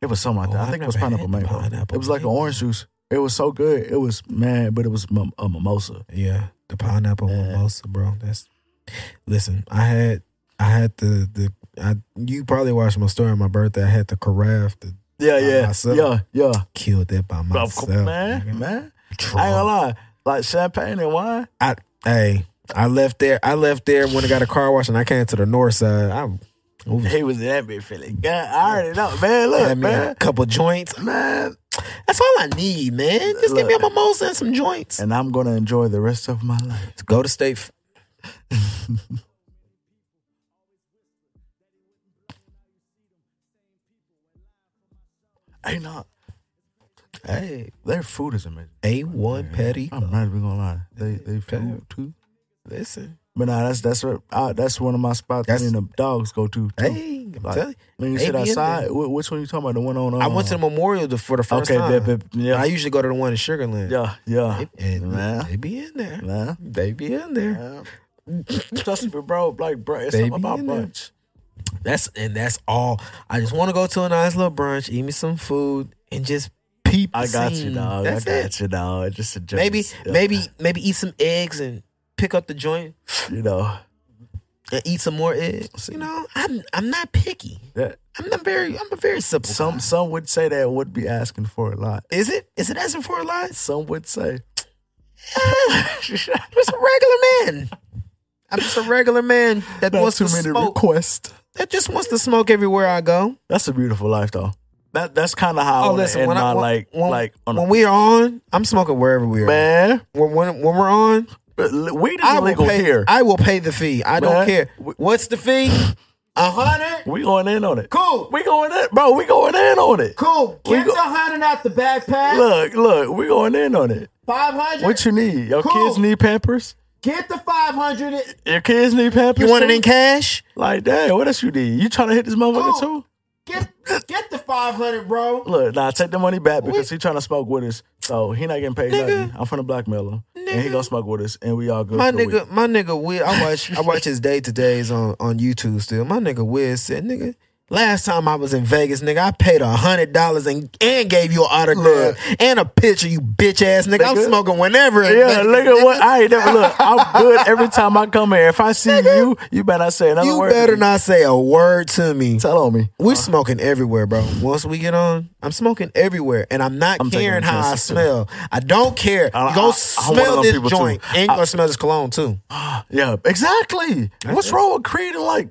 It was something like that.
Oh,
I think it
I've
was
never
pineapple
had the
mango.
pineapple
it was like an
mango.
orange juice. It was so good. It was man, but it was mim- a mimosa.
Yeah, the pineapple
Yeah.
mimosa, bro. That's listen. I had I had the the I you probably watched my story on my birthday. I had the carafe that
Yeah,
By
yeah,
myself.
yeah, yeah.
killed that by
Of
myself. Mm-hmm.
course, man,
nigga.
man. I ain't gonna
Drunk.
lie. Like champagne and wine.
I, hey, I left there. I left there when I got a car wash and I came to the north side. I ooh,
He was in that big feeling. God, I already know, man. Look,
had me a
man,
couple joints.
man.
That's all I need, man. Just give me a mimosa and some joints.
And I'm gonna enjoy the rest of my life.
Go to state. F-
Hey, no. Hey, their food is amazing.
A1 Petty.
I'm not even gonna lie. They they food
Damn.
too.
Listen.
But nah, that's that's what I, that's one of my spots.
That's-
me and the dogs go to. Too.
Hey, I'm
Like,
telling
when you
they
sit
be in
outside, wh- which one you talking about? The one on? Uh,
you. I went to the memorial the- for the first
Okay,
time.
bet, bet, yeah.
I usually go to the one in Sugarland.
yeah, yeah,
They- And
Man.
they be in there.
man.
They be in there.
man. Trust me, bro. Like, bro, it's
They
something
be
about
in there.
brunch.
That's and that's all. I just want to go to a nice little brunch, eat me some food, and just peep. the
I got you,
scene.
dog.
That's
I got
it.
you, dog. Just a
Maybe,
yeah.
maybe, maybe eat some eggs and pick up the joint
you know
and eat some more eggs. You know, I'm I'm not picky.
that
I'm not very. I'm a very simple.
some
guy.
some would say that would be asking for a lot.
is it is it asking for a lot?
Some would say.
I'm just a regular man. I'm just a regular man that
Not
wants
too
to
many
smoke.
requests.
that just wants to smoke everywhere I go.
That's a beautiful life, though. That that's kind of how. I
Oh,
wanna
listen,
end
when
my,
I when,
like
when,
like on
when
a,
we are on, I'm smoking wherever we are.
man.
When, when when we're on,
But li- weed is
I
illegal
will pay.
here.
I will pay the fee. I
Man.
don't care. What's the fee? A hundred.
we going in on it.
Cool.
We going in, bro. We going in on it.
Cool.
We
Get
go-
the hundred out the backpack.
Look, look, we going in on it.
Five hundred.
What you need? Your
Cool.
kids need Pampers.
Get the five hundred.
Your kids need pampers.
You want it
too?
in cash?
Like, damn, what else you need? You trying to hit this motherfucker
Oh.
too?
Get get the five hundred, bro.
Look, nah, take the money back because he trying to smoke with us. So he not getting paid
Nigga.
nothing. I'm from the blackmail him. And he
Nigga.
gonna smoke with us and we all good.
My
for the week.
nigga, my nigga, Wiz, I watch, I watch his day to days on, on YouTube still. My nigga Wiz said, nigga, last time I was in Vegas, nigga, I paid a hundred dollars and and gave you an autograph and a picture, you bitch ass nigga. I'm
Nigga.
smoking whenever. in
Yeah,
Vegas,
nigga, what?
nigga.
I ain't never look. I'm good every time I come here. If I see you, you better not say another
You
word.
better not say a word to me.
tell uh-huh. on me.
We're smoking everywhere, bro. Once we get on, I'm smoking everywhere, and I'm not
I'm taking
caring how I
chances, too.
smell. I don't care.
I- I- I
go
want
smell
them
this
people, too.
joint, and you
I-
gonna smell this cologne too.
Yeah, exactly. What's wrong with creating like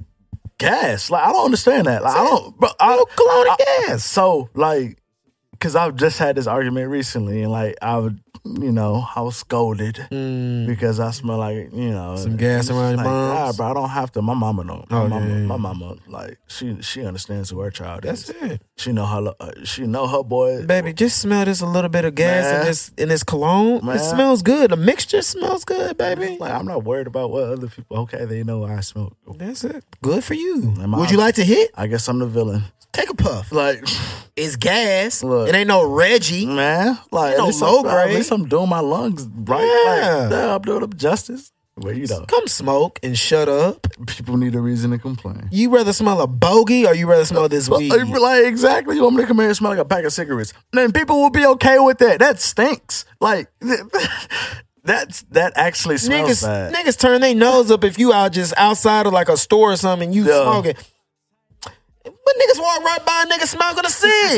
gas? Like I don't understand that. Like I don't. But I don't
cologne and
gas. So like, because I've just had this argument recently, and like I would, you know, I was scolded because I smell like you know
Mm. Some gas
it's
around your
like,
mom's?
Nah, bro, I don't have to. My mama know. My
Oh,
mama,
yeah, yeah,
my
yeah.
mama, like she she understands who her child
That's
is.
it,
She know her. lo- uh, She know her boy.
baby. Just smell this a little bit of gas in
Man.
this in this cologne.
Man.
It smells good. The mixture smells good, baby.
Like I'm not worried about what other people. Okay, they know I smoke.
That's it. Good for you.
And my-
Would you like to hit?
I guess I'm the villain.
Take a puff.
Like.
It's gas.
Look.
It ain't no Reggie.
Man, like
no
at least,
low
I'm, at
grade.
least I'm doing my lungs right.
Yeah.
Like, yeah, I'm doing them justice. But you know,
Come smoke and shut up.
people need a reason to complain.
You rather smell a bogey or you rather smell this
Well,
weed?
Like exactly, you want me to come here and smell like a pack of cigarettes? Then people will be okay with that. That stinks. Like that's that actually smells
Niggas,
bad.
niggas turn their nose up if you out just outside of like a store or something and you
Yeah.
smoking. But niggas walk right by a nigga smoking a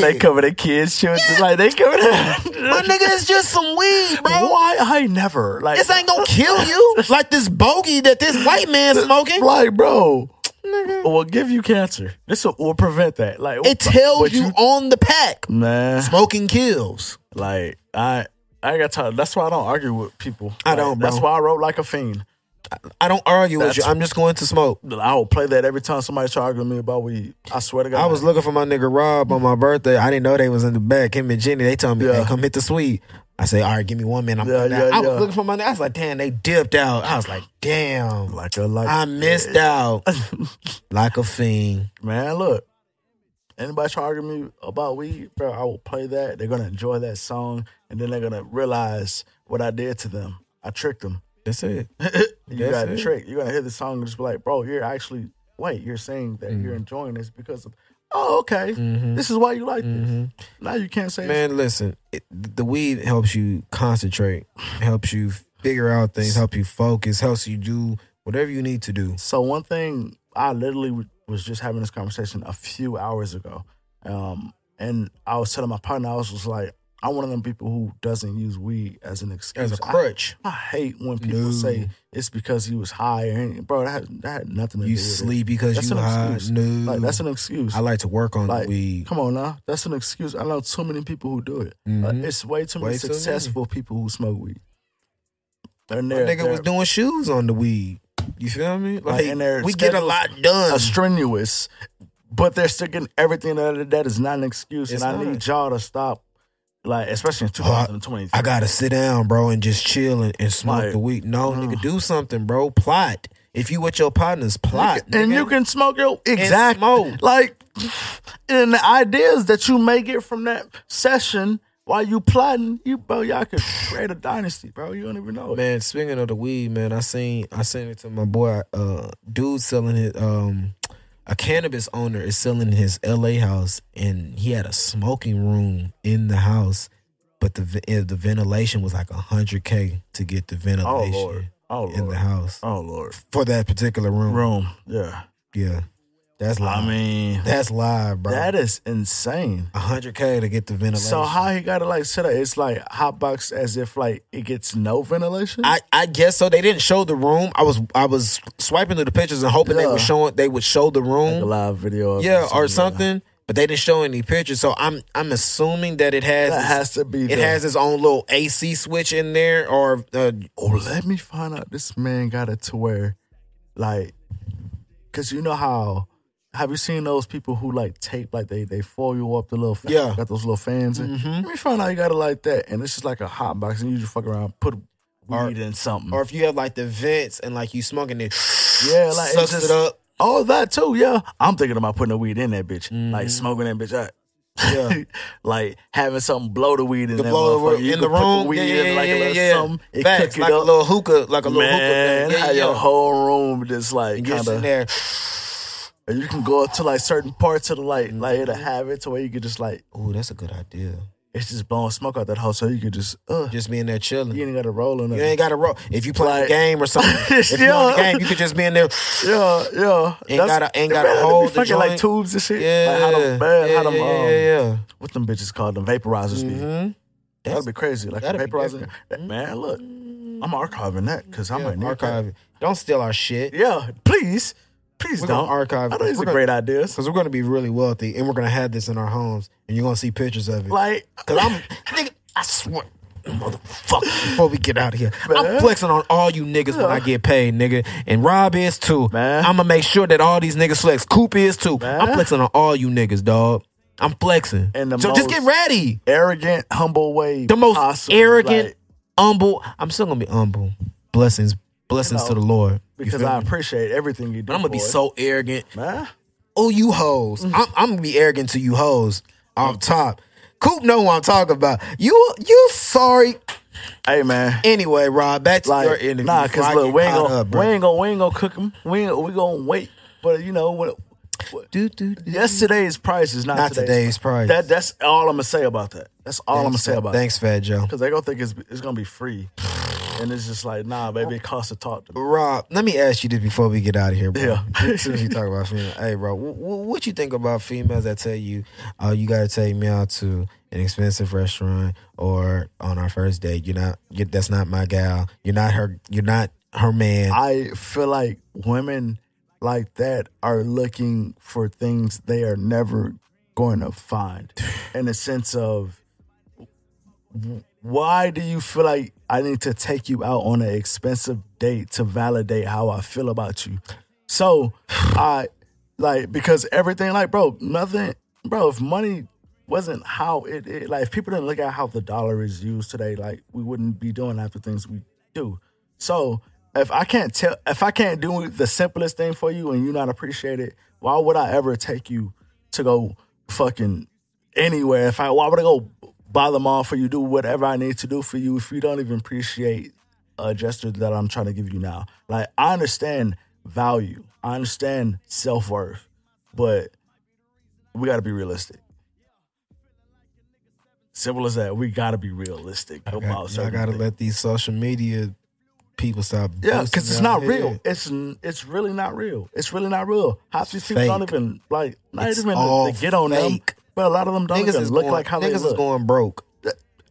They
cig.
cover their kids' children like they cover.
My
Their-
nigga, it's just some weed, bro.
Why I never like
This ain't gonna kill you like this bogey that this white man smoking.
like bro
Nigga.
will give you cancer. This will, will prevent that. Like
It tells
but
you on the pack,
man.
smoking kills.
Like I, I ain't got time. That's why I don't argue with people.
I
Like,
don't, bro.
That's why I wrote like a fiend.
I don't argue with
That's-
you. I'm just going to smoke.
I will play that every time somebody try to argue with me about weed. I swear to God.
I was looking for my nigga Rob on my birthday. I didn't know they was in the back. Him and Jenny, they told me,
Yeah.
hey, come hit the suite. I say, all right, give me one minute. I'm
Yeah,
going out.
yeah,
I was
yeah.
looking for my nigga. I was like, damn, they dipped out. I was like, damn,
like a like.
I missed out like a fiend.
Man, look. Anybody try to argue with me about weed, bro? I will play that. They're gonna enjoy that song, and then they're gonna realize what I did to them. I tricked them.
That's it.
You
That's
got
it.
tricked. You're gonna hear the song and just be like, bro, you're actually wait. You're saying that
Mm-hmm.
you're enjoying this because of. Oh, okay. This is why you like this. Now you can't say
Mm-hmm. Man, listen, it, the weed helps you concentrate, helps you figure out things, help you focus, helps you do whatever you need to do.
So one thing I literally w- was just having this conversation a few hours ago, um, and I was telling my partner, I was just like, I'm one of them people who doesn't use weed as an excuse.
As a
I-
crutch,
I, hate when people
No.
say it's because he was high or anything. Bro, that had, that had nothing to
you
do with
sleep because
That's
you
an
high.
excuse. it.
No,
Like that's an excuse.
I like to work on
like,
the weed.
Come on now, that's an excuse. I know too many people who do it. Like,
Mhm.
it's way too many
Way too many.
successful people who smoke weed. And
My
they're-
nigga was
they're-
doing shoes on the weed. You feel me? Like,
Like, and their
we get a
schedules
lot done.
are strenuous, but they're still getting everything out of that is not an excuse.
It's
and I
not.
need y'all to stop, like, especially in
Oh, I-
2020.
I gotta sit down, bro, and just chill and, and smoke
Like,
the weed. No,
uh.
nigga, do something, bro. Plot. If you with your partners, plot.
and
nigga.
you can smoke your exact
smoke.
like and the ideas that you may get from that session while you plotting you bro y'all could create a dynasty bro you don't even know it.
man. Speaking of the weed, man, I seen I seen it to my boy. Uh, dude selling his um, a cannabis owner is selling his L.A. house, and he had a smoking room in the house, but the ve- eh, the ventilation was like hundred k to get the
oh
ventilation
lord oh
in the
lord
house.
oh lord
for that particular room.
room yeah
Yeah, that's live.
I mean
that's live, bro.
that is insane
hundred k to get the ventilation.
So how he got it like set up? It's like hot box as if like it gets no ventilation.
I, I guess so. They didn't show the room. I was I was swiping through the pictures and hoping they
Yeah.
were showing they would show the
like a
room,
live video, of
yeah,
it,
or something. But they didn't show any pictures, so I'm I'm assuming that it has
That
its-
has to be.
it has its own little AC switch in there, or uh,
Oh, let me find out. This man got it to where, like, cause you know how. Have you seen those people who like tape like they they foil you up the little fan,
Yeah. Mm-hmm.
got those little fans? in? Let me find out you got it like that, and it's just like a hot box, and you just fuck around, put
Or-
weed and something.
Or if you have like the vents and like you smoking it,
yeah, like it's
sucks
just-
it up.
All that too, yeah. I'm thinking about putting the weed in that bitch, like smoking that bitch out.
Mm-hmm. Yeah.
like having something blow the weed in
The
that
blower
motherfucker. You
in the
can put
room,
weed
yeah,
in
yeah,
like
yeah,
a
yeah,
little
yeah.
something. It
Facts,
cook it
like
up.
a little hookah, like a little
Man,
hookah thing. Yeah,
how
yeah.
your whole room just like
You get
kind
in
of
there.
And you can go up to like certain parts of the
Mm-hmm.
light, like it'll have it to where you could just like
Ooh, that's a good idea.
it's just blowing smoke out that hole, so you could just uh,
Just being there chilling.
you ain't got to roll on
You
it.
ain't got to roll. If you play a
Like-
game or something, if you on the
Yeah.
game, you could just be in there.
Yeah, yeah.
Ain't
That's-
gotta- ain't gotta
Man, they be
hold the
fucking like
joint.
tubes and shit.
Yeah,
like how them, man,
yeah,
how them,
yeah,
um,
yeah,
what them bitches called them vaporizers
yeah.
be.
Mm-hmm.
That'd be crazy. Like
that'd be
vaporizing.
different. Mm-hmm.
Man, look, I'm archiving that because I might need
archive
archive.
it. Don't steal our shit.
Yeah, please, please
We're
don't
gonna archive
I
it.
know these
We're
are
gonna-
great ideas.
Cause we're gonna be really wealthy, and we're gonna have this in our homes, and you're gonna see pictures of it.
Like,
Cause I'm, nigga, I swear, motherfucker. Before we get out of here, I'm
Man.
flexing on all you niggas when I get paid, nigga. And Rob is too.
Man.
I'ma make sure that all these niggas flex. Coop is too. I'm
Man.
flexing on all you niggas, dog. I'm flexing.
And the
so just
most-
get ready.
arrogant, humble way.
The most
possible.
arrogant,
like,
humble. I'm still gonna be humble. Blessings, blessings
know,
to the Lord. You
because
feel
I
me?
appreciate everything you do.
But I'm gonna be
for us.
so arrogant.
man.
Oh, you hoes.
Mm-hmm.
I'm, I'm gonna be arrogant to you hoes off top. Coop know what I'm talking about. You you sorry.
Hey man.
Anyway, Rob, back to your
Like
interview.
nah,
before I
cause look,
get
we ain't
caught
gonna
up, bro.
we ain't gonna we ain't gonna cook them. We ain't, we gonna wait. But you know what?
Do, do, do.
Yesterday's price is not,
Mm-hmm. Not today's price.
That that's all I'm gonna say about that. That's all I'm gonna say about that.
Thanks, Fat Joe.
Cause they gonna think it's it's gonna be free, and it's just like nah, baby, it costs to talk to me.
Rob, let me ask you this before we get out of here, bro.
Yeah.
As soon as you talk about females, hey, bro, wh- wh- what you think about females that tell you, "Oh, you gotta take me out to an expensive restaurant or on our first date? You're not. you that's not my gal. You're not her. You're not her man.
I feel like women like that are looking for things they are never going to find in the sense of w- why do you feel like I need to take you out on an expensive date to validate how I feel about you? So I like because everything like bro, nothing bro, if money wasn't how it, it like if people didn't look at how the dollar is used today, like we wouldn't be doing half the things we do. So if I can't tell if I can't do the simplest thing for you and you not appreciate it, why would I ever take you to go fucking anywhere? If I why would I go bother them off for you, do whatever I need to do for you if you don't even appreciate a gesture that I'm trying to give you now? Like I understand value. I understand self worth, but we gotta be realistic. Simple as that. We gotta be realistic
I,
about
I
certain
gotta
things.
let these social media people stop.
Yeah,
boosting
because it's
their
not
head.
real. It's n- it's really not real. It's really not real. Half these people don't
fake.
even like not
It's
even
all
to, to get on
fake.
them. But a lot of them don't
Niggas
even
is
look
going,
like how they
niggas is
look.
going broke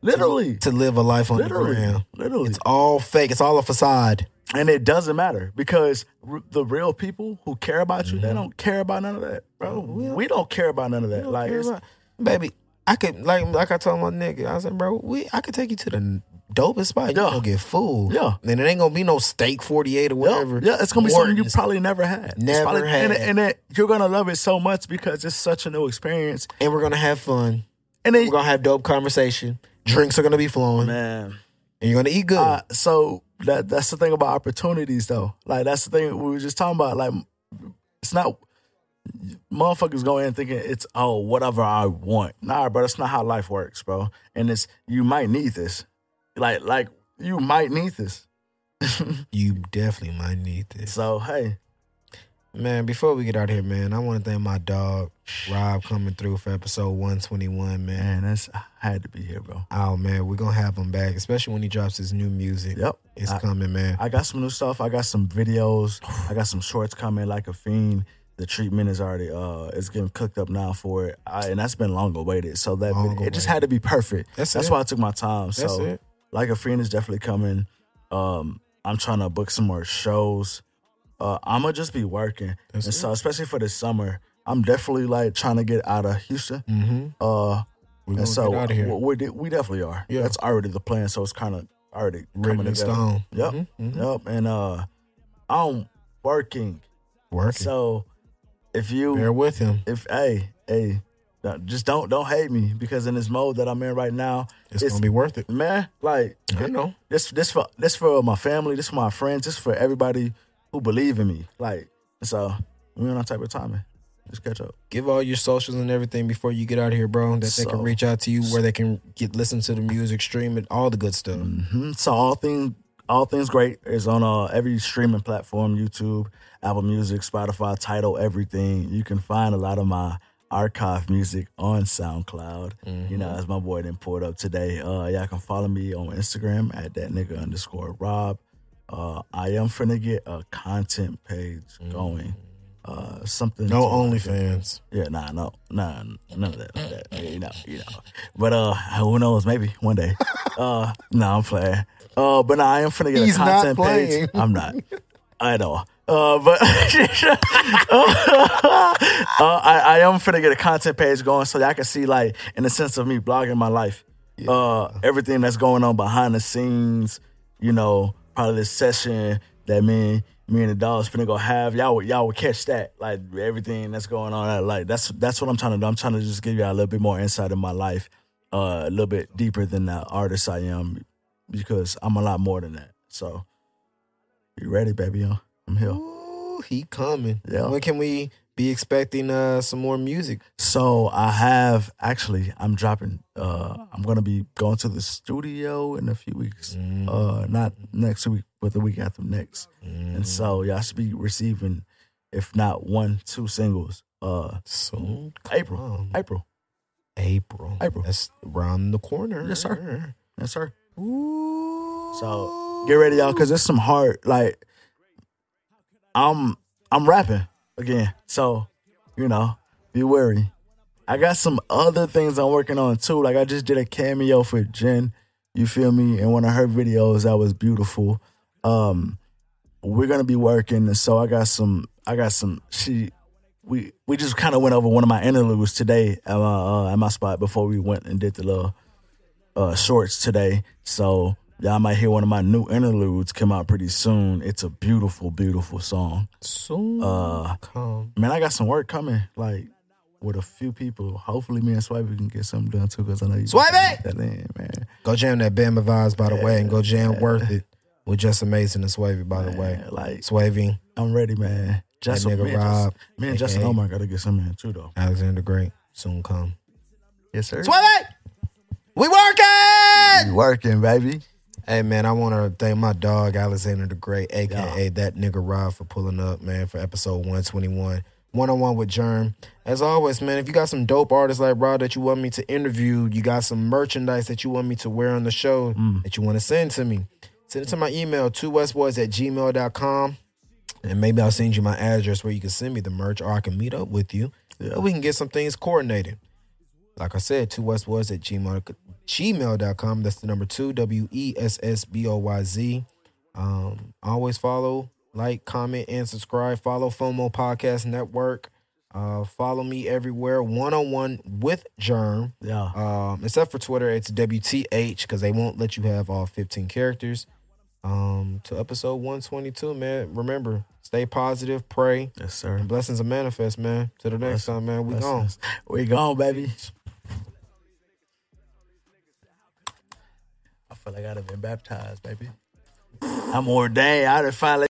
literally,
to live a life on the
literally,
ground.
literally.
It's all fake. It's all a facade.
and it doesn't matter because r- the real people who care about you,
Mm-hmm.
they don't care about none of that, bro.
Oh,
We don't, care about none of that. Like,
You're
it's,
right. baby, I could like like I told my nigga, I said, bro, we I could take you to the dopest spot. You
Yeah.
gonna get fooled.
Yeah.
and it ain't gonna be no steak forty eight or
yeah,
whatever.
yeah, it's gonna be something you
Morton's.
probably never had. It's
Never
probably- and,
had.
and it, you're gonna love it so much because it's such a new experience.
and we're gonna have fun.
And then,
We're gonna have dope conversation. Drinks are gonna be flowing,
man.
and you're gonna eat good.
Uh, so that that's the thing about opportunities, though. Like that's the thing we were just talking about. Like it's not motherfuckers going in thinking it's oh whatever I want. Nah, bro, that's not how life works, bro. And it's you might need this. Like like you might need this.
you definitely might need this,
So hey,
man. Before we get out here, man, I want to thank my dog Rob coming through for episode one twenty one, man.
man, that's I had to be here, bro.
Oh man, we're gonna have him back, especially when he drops his new music.
Yep.
It's
I-
coming, man.
I got some new stuff. I got some videos. I got some shorts coming, like a fiend. The treatment is already uh, it's getting cooked up now for it, I, and that's been long awaited. So that
Long
vid- it just
awaited.
had to be perfect.
That's it.
why I took my time.
That's
so
it.
like a fiend is definitely coming. Um, I'm trying to book some more shows. Uh, I'm gonna just be working,
That's
and
it.
so especially for this summer, I'm definitely like trying to get out of Houston.
Mm-hmm.
Uh,
We're gonna
and so
get out of here.
we we- we definitely are.
Yeah.
that's already the plan. So it's kind of already
Written
coming
in
together.
stone.
Yep.
Mhm, mhm.
Yep, and uh, I'm working.
Working.
So if you
Bear with him.
if hey hey Now, just don't don't hate me because in this mode that I'm in right now,
It's, gonna be worth it.
man. Like
I know.
this this for this for my family, this for my friends, this for everybody who believe in me. Like so, we on our type of timing. Just catch up.
Give all your socials and everything before you get out of here, bro. That they
So-
can reach out to you, where they can get listen to the music, stream it, all the good stuff.
hmm So all things all things great is on uh, every streaming platform: YouTube, Apple Music, Spotify, Title, everything. You can find a lot of my archive music on SoundCloud. You know, as my boy didn't pull it up today. Uh, y'all can follow me on Instagram at that nigga underscore Rob. Uh, I am finna get a content page going. Uh, something
No
to, like,
OnlyFans.
yeah, nah, no, nah, none of that. None of that. You know, you know. But uh, who knows? Maybe one day. Uh, no, I'm playing. Uh, but nah, I am finna get
He's
a
not
content
playing.
page. I'm not. I know. Uh, but uh, I, I am finna get a content page going so that I can see, like, in the sense of me blogging my life, uh, everything that's going on behind the scenes. You know, probably this session that me, and- me and the dogs finna go have. Y'all, would- y'all would catch that, like everything that's going on. Like that's that's what I'm trying to do. I'm trying to just give y'all a little bit more insight in my life, uh, a little bit deeper than the artist I am, because I'm a lot more than that. So, you ready, baby? huh? I'm here.
Ooh, he coming.
Yeah.
When can we be expecting uh some more music?
So I have actually I'm dropping uh I'm gonna be going to the studio in a few weeks. Uh not next week, but the week after next. And so y'all should be receiving if not one, two singles. Uh
Soon.
April.
come.
April.
April.
April.
That's around the corner.
Yes, sir. Yes, sir.
Ooh.
So get ready, y'all, cause it's some hard like I'm I'm rapping again. So, you know, be wary. I got some other things I'm working on too. Like I just did a cameo for Jen, you feel me, in one of her videos that was beautiful. Um we're gonna be working and so I got some I got some she we we just kind of went over one of my interludes today at my, uh, at my spot before we went and did the little uh, shorts today. So y'all might hear one of my new interludes come out pretty soon. It's a beautiful, beautiful song.
Soon.
Uh,
come.
Man, I got some work coming, like with a few people. Hopefully, me and Swipe can get something done too, because I know you.
Swipe it!
That in, man.
Go jam that Bama vibes, by the way, and go jam worth it. We're just amazing and Swavy, by the way.
Man, like
Swavy,
I'm ready, man. Justin,
nigga
man,
Rob,
Justin, man, Justin
aka.
Omar gotta get something in too, though.
Alexander the Great, soon come.
Yes, sir.
Swavy! We working!
You working, baby.
Hey man, I want to thank my dog Alexander the Great, aka that nigga Rob, for pulling up, man, for episode one twenty one, one on one with Germ. As always, man, if you got some dope artists like Rob that you want me to interview, you got some merchandise that you want me to wear on the show that you want to send to me, send it to my email two westboys at gmail.com. and maybe I'll send you my address where you can send me the merch, or I can meet up with you,
Yeah.
and we can get some things coordinated like I said, two westboys at gmail, gmail.com. That's the number two, W E S S B O Y Z. Um, always follow, like, comment, and subscribe. Follow FOMO Podcast Network. Uh, follow me everywhere, one on one with Germ.
Yeah.
Um, except for Twitter, it's WTH because they won't let you have all 15 characters. Um, to episode 122, man. Remember, stay positive, pray,
Yes, sir.
and blessings are manifest, man. Till the next time, man. We gone.
Blessings. We gone, baby. I feel like I'd have been baptized, baby. I'm ordained. I'd have finally.